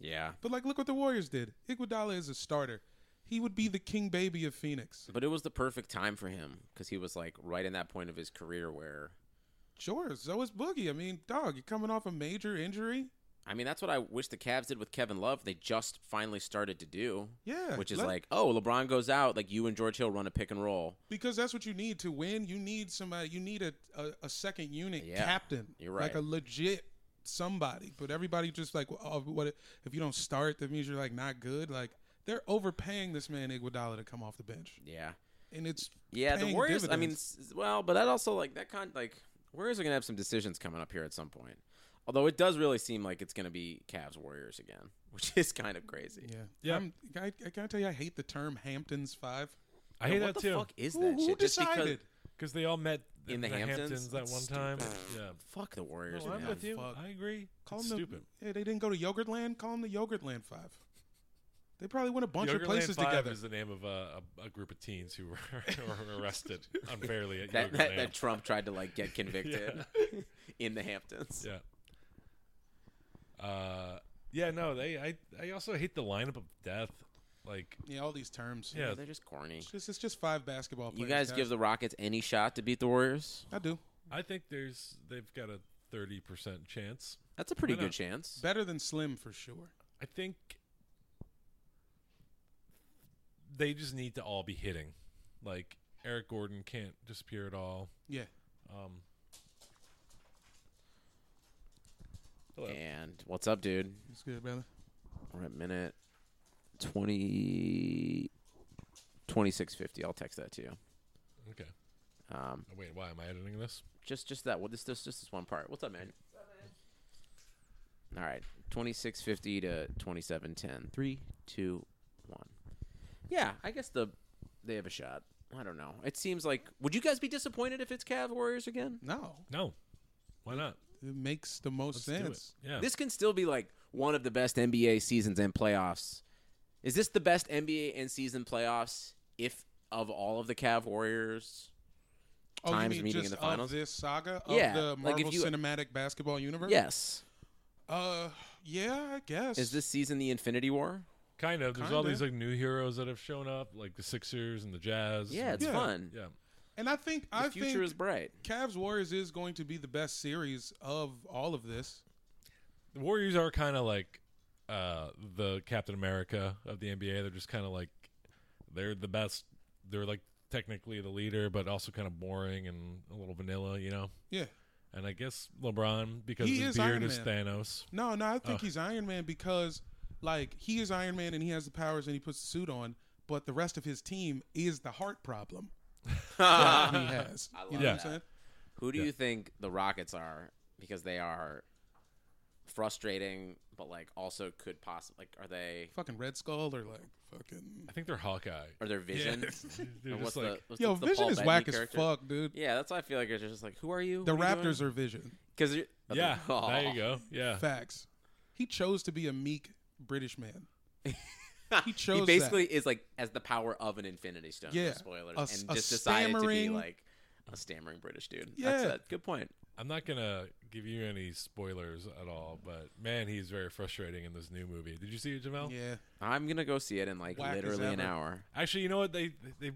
Speaker 1: Yeah,
Speaker 2: But like, look what the Warriors did. Iguodala is a starter. He would be the king baby of Phoenix.
Speaker 1: but it was the perfect time for him because he was like right in that point of his career where
Speaker 2: Sure, so is Boogie. I mean, dog, you're coming off a major injury.
Speaker 1: I mean, that's what I wish the Cavs did with Kevin Love. They just finally started to do.
Speaker 2: Yeah,
Speaker 1: Which is
Speaker 2: let-
Speaker 1: like, oh, LeBron goes out, like you and George Hill run a pick and roll.
Speaker 2: Because that's what you need to win. You need somebody. You need a a, a second unit
Speaker 1: Yeah,
Speaker 2: captain.
Speaker 1: you're
Speaker 2: Like a
Speaker 1: right.
Speaker 2: legit somebody. But everybody just like, oh, what if you don't start? That means you're like not good. Like they're overpaying this man Iguodala to come off the bench,
Speaker 1: Yeah.
Speaker 2: and it's
Speaker 1: Yeah, the
Speaker 2: paying
Speaker 1: Warriors, I mean,
Speaker 2: dividends.
Speaker 1: s- s- well, but that also, like, that kind like, Warriors are going to have some decisions coming up here at some point. Although it does really seem like it's going to be Cavs Warriors again, [laughs] which is kind of crazy.
Speaker 2: yeah,
Speaker 3: Yeah.
Speaker 2: I'm, I, I gotta tell you, I hate the term Hamptons Five.
Speaker 3: I
Speaker 1: Yeah,
Speaker 3: hate
Speaker 1: what
Speaker 3: that
Speaker 1: the
Speaker 3: too.
Speaker 1: fuck is
Speaker 2: Who,
Speaker 1: that
Speaker 2: who
Speaker 1: shit? Just because-
Speaker 2: decided?
Speaker 3: Because they all met
Speaker 1: In the Hamptons?
Speaker 3: that
Speaker 1: That's
Speaker 3: one time.
Speaker 1: stupid. [laughs]
Speaker 3: Yeah.
Speaker 1: Fuck the Warriors.
Speaker 3: No, I'm
Speaker 1: man.
Speaker 3: with you.
Speaker 2: Fuck.
Speaker 3: I agree.
Speaker 2: Call
Speaker 3: It's
Speaker 2: them
Speaker 3: stupid.
Speaker 2: The, yeah, they didn't go to Yogurtland. Call them the Yogurtland Five. They probably went a bunch of
Speaker 3: Yogurtland
Speaker 2: places
Speaker 3: Five
Speaker 2: together.
Speaker 3: is the name of a, a, a group of teens who [laughs] were, were arrested unfairly
Speaker 1: [laughs]
Speaker 3: at
Speaker 1: That, that,
Speaker 3: Yogurtland.
Speaker 1: that Trump tried to, like, get convicted [laughs] in the Hamptons.
Speaker 3: yeah. Uh, yeah. No, they. I. I also hate the lineup of death. Like,
Speaker 2: Yeah, all these terms.
Speaker 3: yeah.
Speaker 1: They're just corny.
Speaker 2: It's just, it's just five basketball
Speaker 1: You
Speaker 2: players.
Speaker 1: guys give the Rockets any shot to beat the Warriors?
Speaker 2: I do.
Speaker 3: I think there's. They've got a thirty percent chance.
Speaker 1: That's a pretty
Speaker 3: Why
Speaker 1: good
Speaker 3: not?
Speaker 1: chance.
Speaker 2: Better than Slim for sure.
Speaker 3: I think they just need to all be hitting. Like Eric Gordon can't disappear at all.
Speaker 2: Yeah.
Speaker 3: Um, hello.
Speaker 1: And what's up, dude?
Speaker 2: That's good, brother.
Speaker 1: We're at minute 20, 2650. I'll text that to you.
Speaker 3: Okay.
Speaker 1: Um,
Speaker 3: Oh, wait, why am I editing this?
Speaker 1: just just that. Well, this this just this one part. What's up, man? All right, twenty six fifty to twenty seven ten. Three, two, one. Yeah, I guess the they have a shot. I don't know. It seems like would you guys be disappointed if it's Cav Warriors again?
Speaker 2: No,
Speaker 3: No. Why not?
Speaker 2: it makes the most
Speaker 3: Let's
Speaker 2: sense.
Speaker 3: do it. Yeah.
Speaker 1: This can still be like one of the best NBA seasons and playoffs. Is this the best NBA and season playoffs if of all of the Cav Warriors?
Speaker 2: Oh,
Speaker 1: times
Speaker 2: you mean
Speaker 1: meeting
Speaker 2: just
Speaker 1: in the finals.
Speaker 2: Of this saga of
Speaker 1: Yeah,
Speaker 2: the
Speaker 1: like, if
Speaker 2: Marvel
Speaker 1: you-
Speaker 2: Cinematic Basketball Universe.
Speaker 1: Yes.
Speaker 2: Uh, yeah, I guess.
Speaker 1: Is this season the Infinity War?
Speaker 3: Kind of. There's all
Speaker 2: Kinda.
Speaker 3: these like new heroes that have shown up, like the Sixers and the Jazz.
Speaker 1: Yeah, it's
Speaker 2: Yeah.
Speaker 1: fun.
Speaker 3: yeah.
Speaker 2: And I think
Speaker 1: The
Speaker 2: I
Speaker 1: future
Speaker 2: think
Speaker 1: is bright.
Speaker 2: Cavs Warriors is going to be the best series of all of this.
Speaker 3: The Warriors are kind of like uh, the Captain America of the NBA. They're just kind of like they're the best. They're like technically the leader, but also kind of boring and a little vanilla, you know.
Speaker 2: Yeah.
Speaker 3: And I guess LeBron because
Speaker 2: He
Speaker 3: his
Speaker 2: is
Speaker 3: beard
Speaker 2: Iron
Speaker 3: is
Speaker 2: Man.
Speaker 3: Thanos.
Speaker 2: No, no, I think
Speaker 3: Oh.
Speaker 2: he's Iron Man because like he is Iron Man and he has the powers and he puts the suit on, but the rest of his team is the heart
Speaker 3: [laughs]
Speaker 2: problem that he has.
Speaker 1: I
Speaker 2: you
Speaker 1: love
Speaker 2: know
Speaker 1: that.
Speaker 2: what I'm saying?
Speaker 1: Who do
Speaker 3: Yeah.
Speaker 1: you think the Rockets are? Because they are frustrating, but like also could possibly like are they
Speaker 2: Fucking Red Skull or like fucking
Speaker 3: I think they're Hawkeye.
Speaker 1: are their
Speaker 3: [laughs]
Speaker 1: vision? And
Speaker 3: They're just
Speaker 1: what's
Speaker 3: like
Speaker 1: the, what's
Speaker 2: Yo,
Speaker 1: the, the
Speaker 2: Vision
Speaker 1: Paul
Speaker 2: is
Speaker 1: Bettany
Speaker 2: whack
Speaker 1: character?
Speaker 2: as fuck, dude.
Speaker 1: Yeah, that's why I feel like it's just like who are you?
Speaker 2: The Raptors are Vision.
Speaker 1: because
Speaker 3: yeah. There
Speaker 1: [laughs]
Speaker 3: you go. Yeah.
Speaker 2: Facts. He chose to be a meek British man. He
Speaker 1: he
Speaker 2: chose that.
Speaker 1: basically is like as the power of an Infinity Stone. Yeah,
Speaker 2: Yeah.
Speaker 1: spoilers,
Speaker 2: A s-
Speaker 1: and
Speaker 2: a
Speaker 1: just decided to be
Speaker 2: stammering-
Speaker 1: like a stammering British dude.
Speaker 2: Yeah.
Speaker 1: that's a good point.
Speaker 3: I'm not gonna give you any spoilers at all, but man, he's very frustrating in this new movie. Did you see it, Jamel?
Speaker 2: Yeah.
Speaker 1: I'm gonna go see it in like
Speaker 2: Whack as
Speaker 1: literally an
Speaker 2: ever.
Speaker 1: hour.
Speaker 3: Actually, you know what they they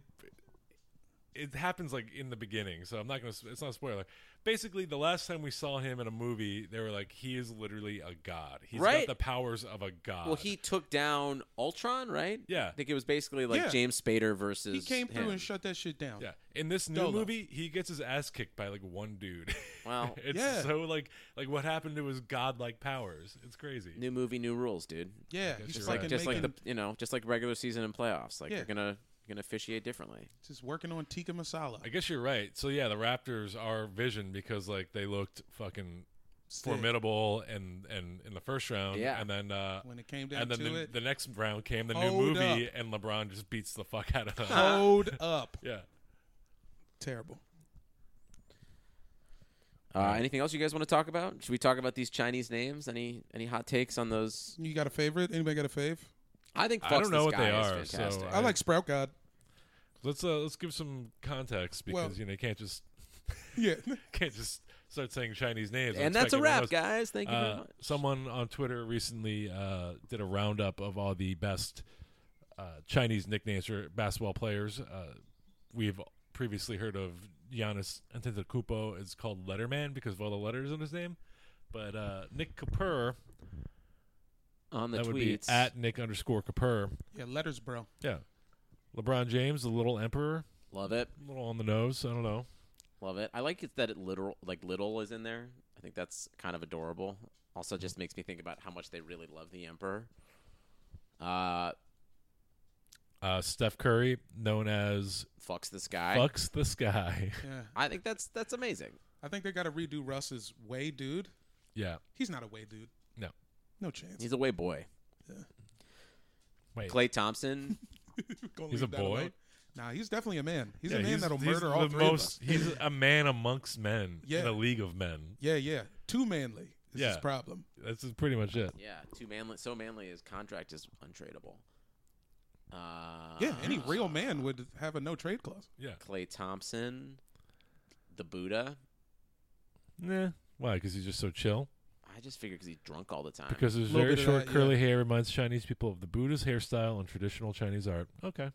Speaker 3: it happens like in the beginning, so I'm not gonna. It's not a spoiler. Basically, the last time we saw him in a movie, they were like, he is literally a god. He's
Speaker 1: Right.
Speaker 3: got the powers of a god.
Speaker 1: Well, he took down Ultron, right?
Speaker 3: Uh, Yeah.
Speaker 1: I think it was basically like
Speaker 2: Yeah.
Speaker 1: James Spader versus.
Speaker 2: He came through
Speaker 1: him.
Speaker 2: and shut that shit down.
Speaker 3: Yeah, in this new
Speaker 2: Dolo.
Speaker 3: movie, he gets his ass kicked by like one dude.
Speaker 1: Wow.
Speaker 3: [laughs] it's
Speaker 2: Yeah.
Speaker 3: so like like what happened to his godlike powers. It's crazy.
Speaker 1: New movie, new rules, dude.
Speaker 2: Yeah,
Speaker 3: guess
Speaker 2: he's
Speaker 3: you're
Speaker 2: fucking
Speaker 3: right.
Speaker 2: making,
Speaker 1: Just like the you know, just like regular season and playoffs. Like
Speaker 2: Yeah.
Speaker 1: you're gonna you're gonna officiate differently.
Speaker 2: just working on tikka masala.
Speaker 1: [laughs]
Speaker 3: I guess you're right. So yeah, the Raptors are Vision because like they looked fucking
Speaker 2: Sick.
Speaker 3: formidable and and in the first round.
Speaker 1: Yeah.
Speaker 3: and then uh,
Speaker 2: When it came down
Speaker 3: and then
Speaker 2: to
Speaker 3: the,
Speaker 2: it.
Speaker 3: the next round came the new
Speaker 2: Hold
Speaker 3: movie, and LeBron just beats the fuck out of them.
Speaker 2: Hold up.
Speaker 3: [laughs] yeah,
Speaker 2: Terrible.
Speaker 1: Uh, anything else you guys want to talk about? Should we talk about these Chinese names? Any any hot takes on those?
Speaker 2: You got a favorite? Anybody got a fave?
Speaker 1: I think
Speaker 3: I
Speaker 1: Fox
Speaker 3: don't know
Speaker 1: this
Speaker 3: what they
Speaker 1: guy is
Speaker 3: are, so,
Speaker 1: fantastic.
Speaker 3: uh,
Speaker 2: I like Sprout
Speaker 3: [laughs]
Speaker 2: God.
Speaker 3: let's uh, let's give some context because
Speaker 2: Well-
Speaker 3: you know you can't just
Speaker 2: Yeah. [laughs]
Speaker 3: [laughs] can't just start saying Chinese names.
Speaker 1: And that's a
Speaker 3: expect everyone
Speaker 1: wrap,
Speaker 3: knows.
Speaker 1: guys. Thank you very
Speaker 3: Uh,
Speaker 1: much.
Speaker 3: Someone on Twitter recently uh, did a roundup of all the best uh, Chinese nicknames for basketball players. Uh, we've previously heard of Giannis Antetokounmpo is called Letterman because of all the letters in his name. But uh, Nick Kapur,
Speaker 1: on the
Speaker 3: that would be
Speaker 1: tweets
Speaker 3: at Nick underscore Kapur.
Speaker 2: Yeah, letters, bro.
Speaker 3: Yeah. LeBron James, the little emperor,
Speaker 1: love it,
Speaker 3: a little on the nose. I don't know.
Speaker 1: love it. I like it that it literal like little is in there. I think that's kind of adorable. Also, just makes me think about how much they really love the emperor. Uh,
Speaker 3: Uh, Steph Curry, known as
Speaker 1: fucks this guy.
Speaker 3: Fucks the Sky. [laughs]
Speaker 2: Yeah.
Speaker 1: I think that's that's amazing.
Speaker 2: I think they got to redo Russ's way dude.
Speaker 3: yeah.
Speaker 2: He's not a way dude.
Speaker 3: No.
Speaker 2: No [laughs] chance.
Speaker 1: He's a way boy.
Speaker 3: Wait.
Speaker 1: Clay
Speaker 3: [laughs]
Speaker 1: Thompson.
Speaker 2: Gonna
Speaker 3: He's
Speaker 2: leave
Speaker 3: a
Speaker 2: that
Speaker 3: boy?
Speaker 2: alone. Nah, he's definitely a man. He's
Speaker 3: Yeah,
Speaker 2: a man that'll
Speaker 3: he's
Speaker 2: murder all
Speaker 3: the
Speaker 2: three
Speaker 3: most,
Speaker 2: of us.
Speaker 3: He's a man amongst men in
Speaker 2: Yeah.
Speaker 3: a league of men.
Speaker 2: Yeah, yeah. Too manly is
Speaker 3: Yeah.
Speaker 2: his problem.
Speaker 3: That's pretty much it.
Speaker 1: yeah, too manly. So manly. His contract is untradeable. Uh,
Speaker 2: Yeah, any real man would have a no trade clause.
Speaker 3: Yeah.
Speaker 1: Clay Thompson, the Buddha.
Speaker 3: Nah. Why? Because he's just so chill.
Speaker 1: I just figured because he's drunk all the time.
Speaker 3: Because his
Speaker 2: Little
Speaker 3: very
Speaker 2: bit of
Speaker 3: short
Speaker 2: that, yeah.
Speaker 3: curly hair reminds Chinese people of the Buddha's hairstyle and traditional Chinese art. Okay.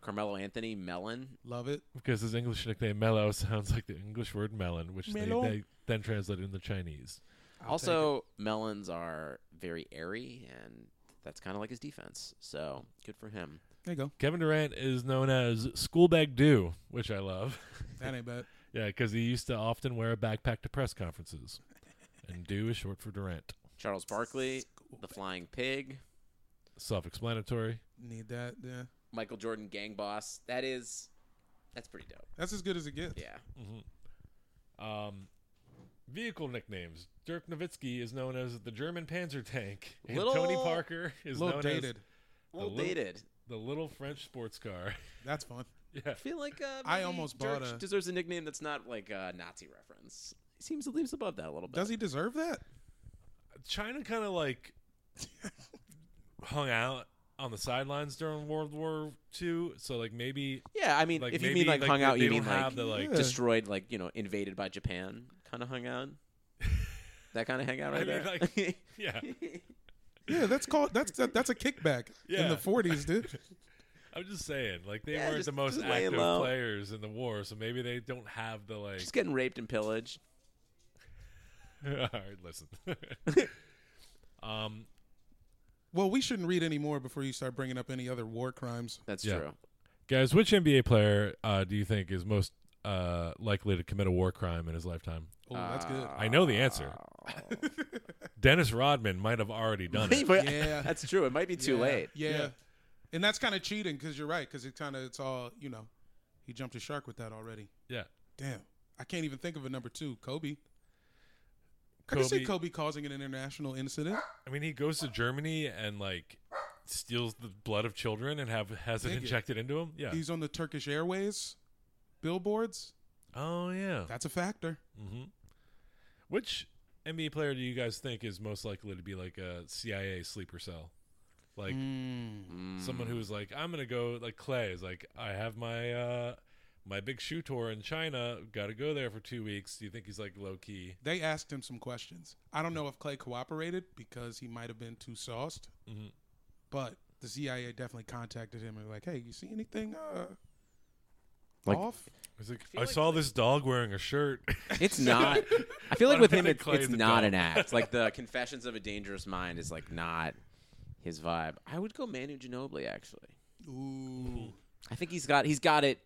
Speaker 1: Carmelo Anthony, Melon.
Speaker 2: Love it.
Speaker 3: Because his English nickname Mellow [laughs] sounds like the English word melon, which they,
Speaker 2: Melon.
Speaker 3: they then translated into Chinese.
Speaker 2: I'll take
Speaker 1: also, melons are very airy, and that's kind of like his defense. So good for him.
Speaker 2: it. there you go.
Speaker 3: Kevin Durant is known as Schoolbag Do, which I love. [laughs]
Speaker 2: That ain't bad.
Speaker 3: yeah, because he used to often wear a backpack to press conferences. And Do is short for Durant.
Speaker 1: Charles Barkley, the Flying Pig.
Speaker 3: Self explanatory.
Speaker 2: Need that. Yeah,
Speaker 1: Michael Jordan, Gang Boss. That is, that's pretty dope.
Speaker 2: that's as good as it gets.
Speaker 1: Yeah.
Speaker 3: Um, vehicle nicknames. Dirk Nowitzki is known as the German Panzer tank. And
Speaker 1: Little-
Speaker 3: Tony Parker is
Speaker 2: little
Speaker 3: known
Speaker 2: dated.
Speaker 3: as
Speaker 1: A
Speaker 3: The
Speaker 1: little
Speaker 3: little-
Speaker 1: dated.
Speaker 3: the little French sports car.
Speaker 2: That's fun.
Speaker 3: yeah.
Speaker 1: I feel like uh,
Speaker 2: I
Speaker 1: maybe
Speaker 2: almost
Speaker 1: Dirk
Speaker 2: bought a-
Speaker 1: deserves a nickname that's not like a Nazi reference. He seems to leaves above that a little bit.
Speaker 2: Does he deserve that?
Speaker 3: China kind of like hung out on the sidelines during World War II, so like maybe
Speaker 1: Yeah, I mean,
Speaker 3: Like,
Speaker 1: if you
Speaker 3: maybe,
Speaker 1: mean like,
Speaker 3: like,
Speaker 1: hung
Speaker 3: they-
Speaker 1: out,
Speaker 3: they
Speaker 1: you
Speaker 3: don't
Speaker 1: mean like,
Speaker 3: have the, like-
Speaker 1: [laughs] destroyed, like you know, invaded by Japan, kind of hung out. that kind of hangout
Speaker 3: I
Speaker 1: right
Speaker 3: mean,
Speaker 1: there.
Speaker 3: like, [laughs] yeah.
Speaker 1: [laughs]
Speaker 2: Yeah, that's called that's that, that's a kickback in
Speaker 3: Yeah.
Speaker 2: the forties, dude.
Speaker 3: I'm just saying, like they
Speaker 1: Yeah,
Speaker 3: weren't
Speaker 1: just-
Speaker 3: the most
Speaker 1: just lay
Speaker 3: active
Speaker 1: low.
Speaker 3: players in the war, so maybe they don't have the like.
Speaker 1: Just getting raped and pillaged.
Speaker 3: [laughs] All right, listen. [laughs] um,
Speaker 2: Well, we shouldn't read any more before you start bringing up any other war crimes.
Speaker 1: That's
Speaker 3: Yeah.
Speaker 1: true.
Speaker 3: guys, which NBA player uh, do you think is most uh, likely to commit a war crime in his lifetime?
Speaker 2: Oh, that's good.
Speaker 3: I know the answer.
Speaker 2: [laughs]
Speaker 3: Dennis Rodman might have
Speaker 1: [laughs]
Speaker 3: already [laughs] done it.
Speaker 1: But-
Speaker 2: Yeah.
Speaker 1: that's true. It might be too
Speaker 2: Yeah,
Speaker 1: late.
Speaker 2: [laughs] Yeah.
Speaker 3: Yeah.
Speaker 2: And that's kind of cheating because you're right because it kind of it's all you know. He jumped his shark with that already.
Speaker 3: Yeah,
Speaker 2: Damn, I can't even think of a number two. Kobe. I can see
Speaker 3: Kobe-
Speaker 2: Kobe causing an international incident.
Speaker 3: I mean, he goes to Germany and like steals the blood of children and have has it
Speaker 2: Dig it.
Speaker 3: injected into him. Yeah.
Speaker 2: He's on the Turkish Airways billboards.
Speaker 3: oh yeah.
Speaker 2: That's a factor.
Speaker 3: hmm Which NBA player do you guys think is most likely to be like a CIA sleeper cell? Like someone who's like, I'm gonna go like Clay is like, I have my uh my big shoe tour in China, gotta go there for two weeks. Do you think he's like low key?
Speaker 2: They asked him some questions. I don't know if Clay cooperated because he might have been too sauced,
Speaker 3: Mhm.
Speaker 2: but the CIA definitely contacted him and like, "Hey, you see anything uh,
Speaker 1: Like-
Speaker 2: off?"
Speaker 3: He's like, I, saw this dog wearing a shirt. [laughs]
Speaker 1: It's not. I feel
Speaker 3: I
Speaker 1: like with
Speaker 3: don't
Speaker 1: him,
Speaker 3: think
Speaker 1: it's,
Speaker 3: Clay
Speaker 1: it's
Speaker 3: is a
Speaker 1: not
Speaker 3: dog.
Speaker 1: an act. Like
Speaker 3: [laughs]
Speaker 1: the Confessions of a Dangerous Mind is like not his vibe. I would go Manu Ginobili actually.
Speaker 2: Ooh,
Speaker 1: I think he's got he's got it.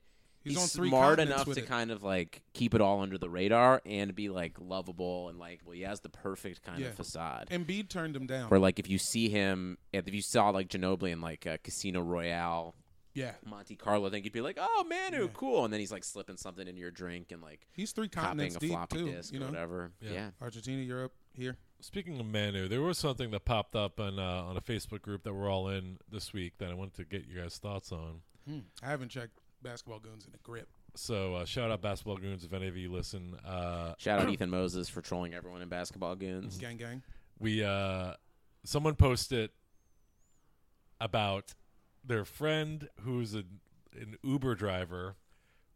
Speaker 2: He's
Speaker 1: He's,
Speaker 2: on three
Speaker 1: smart
Speaker 2: continents
Speaker 1: enough
Speaker 2: with
Speaker 1: to
Speaker 2: it.
Speaker 1: kind of like keep it all under the radar and be like lovable and likable. He has the perfect kind
Speaker 2: Yeah.
Speaker 1: of
Speaker 3: Mm-hmm.
Speaker 1: facade.
Speaker 2: Embiid turned him down.
Speaker 1: Where like if you see him, if you saw like Ginobili in like uh, Casino Royale,
Speaker 2: yeah,
Speaker 1: Monte Carlo, then you'd be like, "Oh, Manu, cool!" And then he's like slipping something in your drink and like
Speaker 2: he's three
Speaker 1: copying
Speaker 2: continents
Speaker 1: a
Speaker 2: deep
Speaker 1: floppy
Speaker 2: too.
Speaker 1: disk or
Speaker 2: you know,
Speaker 1: whatever.
Speaker 3: Yeah.
Speaker 1: yeah.
Speaker 2: Argentina, Europe, here.
Speaker 3: Speaking of Manu, there was something that popped up on uh, on a Facebook group that we're all in this week that I wanted to get you guys' thoughts on.
Speaker 2: Hmm. I haven't checked basketball goons in a grip.
Speaker 3: So uh, shout out basketball goons if any of you listen. Uh,
Speaker 1: Shout out Ethan Moses for trolling everyone in basketball goons.
Speaker 2: Gang, gang.
Speaker 3: we uh someone posted about their friend who's a, an Uber driver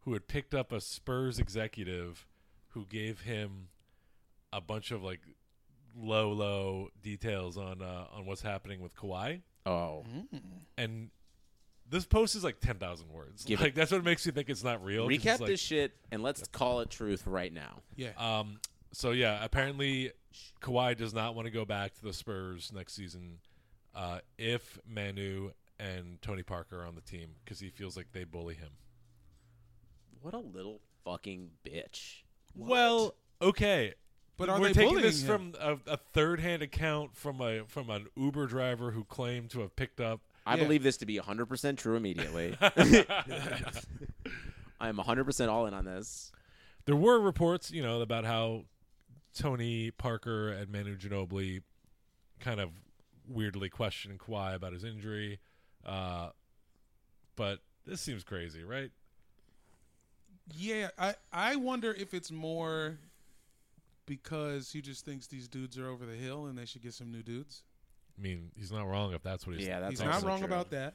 Speaker 3: who had picked up a Spurs executive who gave him a bunch of like low low details on uh, on what's happening with Kawhi
Speaker 2: Mm-hmm.
Speaker 1: Oh,
Speaker 3: and this post is like 10,000 words.
Speaker 1: Give it-
Speaker 3: like that's what makes you think it's not real. 'cause it's
Speaker 1: recap
Speaker 3: like-
Speaker 1: this shit and let's call it truth right now.
Speaker 2: Yeah,
Speaker 3: Um, so yeah, apparently Kawhi does not want to go back to the Spurs next season uh, if Manu and Tony Parker are on the team because he feels like they bully him.
Speaker 1: What a little fucking bitch.
Speaker 3: Well, okay,
Speaker 2: But are
Speaker 3: we're
Speaker 2: they
Speaker 3: taking
Speaker 2: bullying
Speaker 3: this
Speaker 2: him?
Speaker 3: from a, a third-hand account from a from an Uber driver who claimed to have picked up.
Speaker 1: I
Speaker 2: Yeah.
Speaker 1: believe this to be 100% true immediately. [laughs] I'm 100% all in on this.
Speaker 3: There were reports, you know, about how Tony Parker and Manu Ginobili kind of weirdly questioned Kawhi about his injury. Uh, but this seems crazy, right?
Speaker 2: yeah. I I wonder if it's more because he just thinks these dudes are over the hill and they should get some new dudes.
Speaker 3: I mean, he's not wrong if that's what he's.
Speaker 1: Yeah, that's
Speaker 2: He's
Speaker 1: also
Speaker 2: not wrong
Speaker 1: true.
Speaker 2: about that.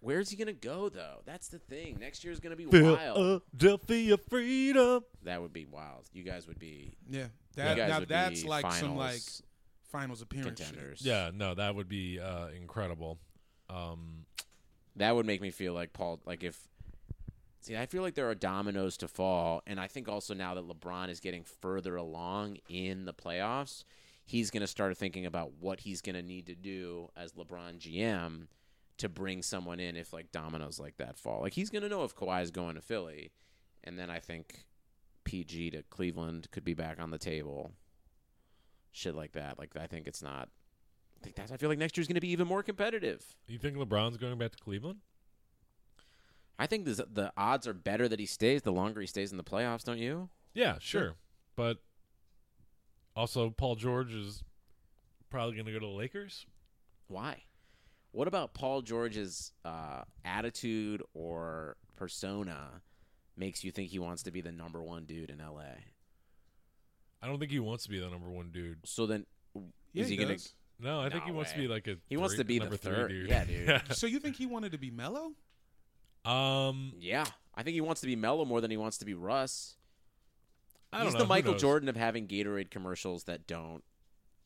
Speaker 1: Where's he going to go, though? That's the thing. Next year's going to be wild.
Speaker 2: uh,
Speaker 3: Philadelphia freedom.
Speaker 1: That would be wild. You guys would be.
Speaker 2: Yeah,
Speaker 1: you
Speaker 2: that
Speaker 1: guys
Speaker 2: now
Speaker 1: would
Speaker 2: that's
Speaker 1: be
Speaker 2: like some like
Speaker 1: finals
Speaker 2: finals appearance. shit.
Speaker 1: contenders.
Speaker 3: Yeah, no, that would be uh, incredible. Um,
Speaker 1: that would make me feel like Paul. Like if see, I feel like there are dominoes to fall, and I think also now that LeBron is getting further along in the playoffs, he's going to start thinking about what he's going to need to do as LeBron GM to bring someone in if like dominoes like that fall. Like he's going to know if Kawhi's going to Philly, and then I think PG to Cleveland could be back on the table. Shit like that. Like I think it's not. I think that's. I feel like next year's going to be even more competitive.
Speaker 3: you think LeBron's going back to Cleveland?
Speaker 1: I think this, the odds are better that he stays the longer he stays in the playoffs, don't you?
Speaker 3: Yeah, sure. But also, Paul George is probably going to go to the Lakers.
Speaker 1: Why? What about Paul George's uh, attitude or persona makes you think he wants to be the number one dude in LA?
Speaker 3: I don't think he wants to be the number one dude.
Speaker 1: So then,
Speaker 2: Yeah,
Speaker 1: is
Speaker 2: he
Speaker 1: he, gonna [laughs]
Speaker 2: does.
Speaker 3: No, I think
Speaker 1: Nah,
Speaker 3: he wants to
Speaker 1: way.
Speaker 3: be like a.
Speaker 1: He wants to
Speaker 3: three-
Speaker 1: be the
Speaker 3: number three
Speaker 1: third. Yeah, dude.
Speaker 3: [laughs]
Speaker 2: So you think he wanted to be mellow?
Speaker 3: Yeah. Um,
Speaker 1: Yeah, I think he wants to be Mello more than he wants to be Russ.
Speaker 3: I don't
Speaker 1: he's
Speaker 3: know.
Speaker 1: the
Speaker 3: Who
Speaker 1: Michael
Speaker 3: knows?
Speaker 1: Jordan of having Gatorade commercials that don't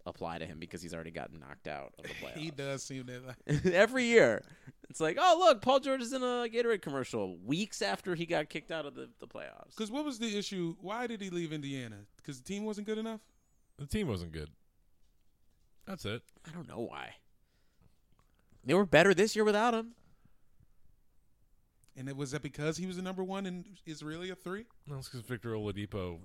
Speaker 1: apply to him because he's already gotten knocked out of the playoffs.
Speaker 2: He does seem that.
Speaker 1: [laughs]
Speaker 2: Like,
Speaker 1: every year. It's like, oh look, Paul George is in a Gatorade commercial weeks after he got kicked out of the, the playoffs.
Speaker 2: Because what was the issue? Why did he leave Indiana? Because the team wasn't good enough.
Speaker 3: The team wasn't good. That's it.
Speaker 1: I don't know why. They were better this year without him.
Speaker 2: And it was that because he was the number one and is really a three?
Speaker 3: That's because Victor Oladipo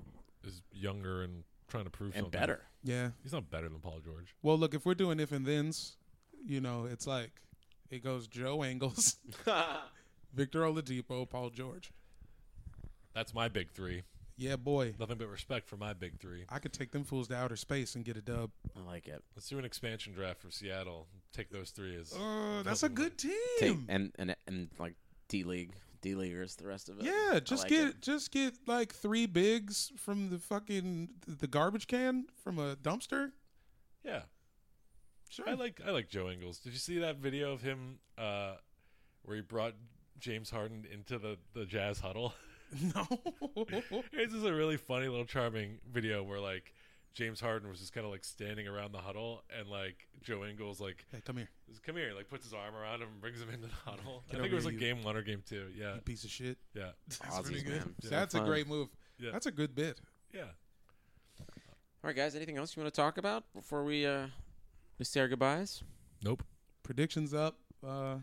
Speaker 3: is younger and trying to prove
Speaker 1: And
Speaker 3: something.
Speaker 1: better.
Speaker 2: Yeah.
Speaker 3: He's not better than Paul George.
Speaker 2: Well, look, if we're doing if and thens, you know, it's like it goes
Speaker 1: [laughs]
Speaker 2: Joe Angles, Victor Oladipo, Paul George.
Speaker 3: That's my big three.
Speaker 2: Yeah, boy.
Speaker 3: Nothing but respect for my big three.
Speaker 2: I could take them fools to outer space and get a dub.
Speaker 1: I like it.
Speaker 3: Let's do an expansion draft for Seattle. Take those three as.
Speaker 2: Uh, that's a good team.
Speaker 1: Take, and and and like D League, D Leaguers, the rest of it. I
Speaker 2: Yeah, just
Speaker 1: like
Speaker 2: get
Speaker 1: it.
Speaker 2: just get like three bigs from the fucking the garbage can from a dumpster.
Speaker 3: Yeah,
Speaker 2: Sure.
Speaker 3: I like I like Joe Ingles. Did you see that video of him uh, where he brought James Harden into the the Jazz huddle? [laughs]
Speaker 2: no.
Speaker 3: This is a really funny little charming video where like James Harden was just kind of like standing around the huddle and like Joe Ingles like
Speaker 2: hey, come here.
Speaker 3: says, come here like puts his arm around him and brings him into the huddle. I
Speaker 2: Get over
Speaker 3: think it was
Speaker 2: here,
Speaker 3: like
Speaker 2: you-
Speaker 3: game one or game two. Yeah,
Speaker 2: You piece of shit.
Speaker 3: yeah,
Speaker 1: Aussies,
Speaker 2: pretty [laughs] good.
Speaker 1: man. So
Speaker 2: That's a
Speaker 1: fun.
Speaker 2: great move.
Speaker 3: Yeah.
Speaker 2: That's a good bit.
Speaker 3: yeah.
Speaker 1: All right, guys. Anything else you want to talk about before we uh we say our goodbyes?
Speaker 3: Nope.
Speaker 2: Predictions up. Uh,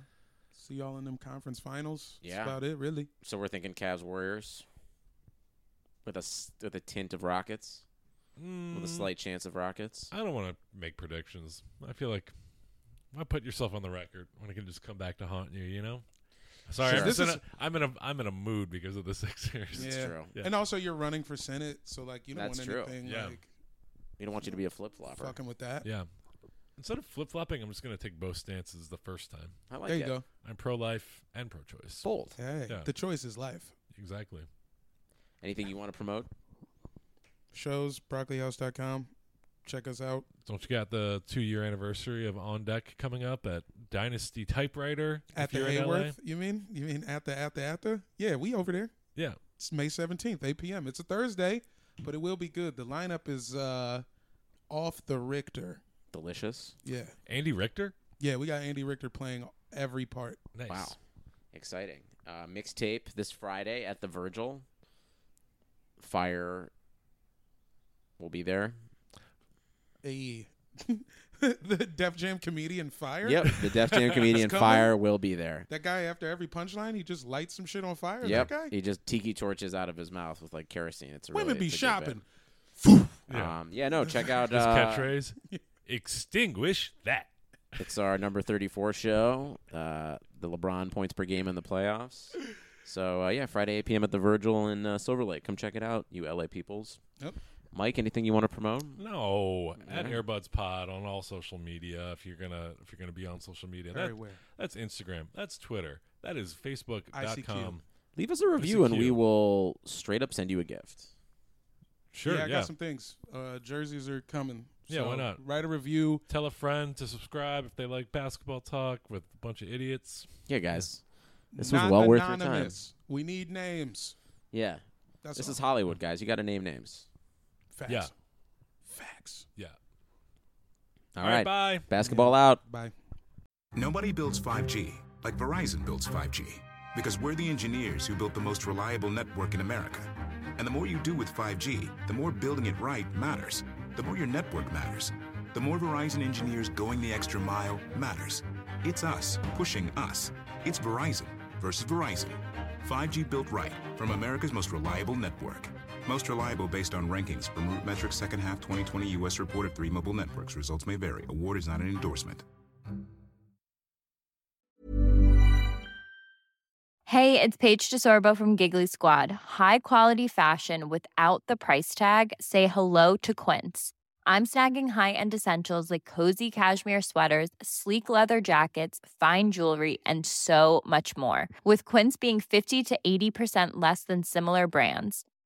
Speaker 2: see y'all in them conference finals.
Speaker 1: Yeah.
Speaker 2: That's about it, really.
Speaker 1: So we're thinking Cavs Warriors with a s- with a tint of Rockets,
Speaker 2: Hmm.
Speaker 1: with a slight chance of Rockets.
Speaker 3: I don't want to make predictions. I feel like why put yourself on the record when it can just come back to haunt you? You know. Sorry,
Speaker 1: Sure.
Speaker 3: I'm,
Speaker 2: This
Speaker 3: just in
Speaker 2: is-
Speaker 3: a, I'm in a I'm in a mood because of the [laughs] Sixers.
Speaker 1: That's true.
Speaker 3: Yeah.
Speaker 2: And also, you're running for Senate, so like you don't
Speaker 1: That's
Speaker 2: want
Speaker 1: true.
Speaker 2: anything
Speaker 3: Yeah.
Speaker 2: like
Speaker 1: We don't want you to be a flip flopper.
Speaker 2: fucking with that.
Speaker 3: Yeah. Instead of flip flopping, I'm just going to take both stances the first time.
Speaker 1: I like
Speaker 2: there you
Speaker 1: it.
Speaker 2: go.
Speaker 3: I'm pro life and pro choice.
Speaker 1: Bold.
Speaker 2: Hey,
Speaker 3: Yeah.
Speaker 2: the choice is life.
Speaker 3: Exactly.
Speaker 1: Anything you want to promote?
Speaker 2: Shows broccolihouse.com. Check us out.
Speaker 3: Don't you got the two year anniversary of On Deck coming up at Dynasty Typewriter
Speaker 2: At
Speaker 3: if you're
Speaker 2: the
Speaker 3: in LA?
Speaker 2: Hayworth, you mean? You mean at the at the at the? Yeah, we over there.
Speaker 3: Yeah.
Speaker 2: It's May 17th, 8 p.m. It's a Thursday, but it will be good. The lineup is uh off the Richter.
Speaker 1: Delicious.
Speaker 2: Yeah.
Speaker 3: Andy Richter?
Speaker 2: Yeah, we got Andy Richter playing every part.
Speaker 3: Nice.
Speaker 1: Wow. Exciting. Uh, mixtape this Friday at the Virgil. Fire will be there.
Speaker 2: A [laughs] the Def Jam comedian Fire.
Speaker 1: Yep. The Def
Speaker 2: [laughs]
Speaker 1: Jam comedian
Speaker 2: coming.
Speaker 1: Fire will be there.
Speaker 2: That guy after every punchline, he just lights some shit on fire.
Speaker 1: Yep.
Speaker 2: That guy.
Speaker 1: He just tiki torches out of his mouth with like kerosene. It's a
Speaker 2: Women
Speaker 1: really,
Speaker 2: be
Speaker 1: it's a good bit.
Speaker 2: shopping.
Speaker 3: Yeah.
Speaker 1: Um, yeah, no,
Speaker 2: [laughs]
Speaker 1: check out
Speaker 3: [laughs] His
Speaker 1: uh,
Speaker 3: catchphrase Extinguish that.
Speaker 1: It's our number 34 show, uh, the LeBron points per game in the playoffs. So, uh, yeah, Friday, 8 p.m. at the Virgil in uh, Silver Lake. Come check it out, you LA peoples.
Speaker 2: Yep.
Speaker 1: Mike, anything you want to promote?
Speaker 3: No, at
Speaker 1: Yeah.
Speaker 3: Airbuds Pod on all social media. If you're gonna if you're gonna be on social media, That-
Speaker 2: Everywhere.
Speaker 3: that's Instagram, that's Twitter, that is
Speaker 2: ICQ.
Speaker 3: Facebook.com.
Speaker 1: Leave us a review and we
Speaker 3: ICQ.
Speaker 1: will straight up send you a gift.
Speaker 3: Sure,
Speaker 2: yeah,
Speaker 3: yeah.
Speaker 2: I got some things. Uh, jerseys are coming.
Speaker 3: Yeah,
Speaker 2: So
Speaker 3: why not?
Speaker 2: Write a review.
Speaker 3: Tell a friend to subscribe if they like basketball talk with a bunch of idiots.
Speaker 1: Yeah, guys. This was
Speaker 2: Not
Speaker 1: well worth your time.
Speaker 2: anonymous. We need names.
Speaker 1: Yeah.
Speaker 2: That's
Speaker 1: This
Speaker 2: all.
Speaker 1: is Hollywood, guys. You got to name names.
Speaker 2: facts.
Speaker 3: Yeah.
Speaker 2: Facts.
Speaker 3: Yeah.
Speaker 1: All right.
Speaker 3: Bye.
Speaker 1: Basketball out.
Speaker 2: Bye.
Speaker 5: Nobody builds 5G like Verizon builds 5G because we're the engineers who built the most reliable network in America. And the more you do with 5G, the more building it right matters. The more your network matters. The more Verizon engineers going the extra mile matters. It's us pushing us. It's Verizon versus Verizon. 5G built right from America's most reliable network. Most reliable based on rankings from RootMetrics second half 2020 U.S. report of three mobile networks. Results may vary. Award is not an endorsement.
Speaker 6: Hey, it's Paige DeSorbo from Giggly Squad. High quality fashion without the price tag. Say hello to Quince. I'm snagging high-end essentials like cozy cashmere sweaters, sleek leather jackets, fine jewelry, and so much more. With Quince being 50 to 80% less than similar brands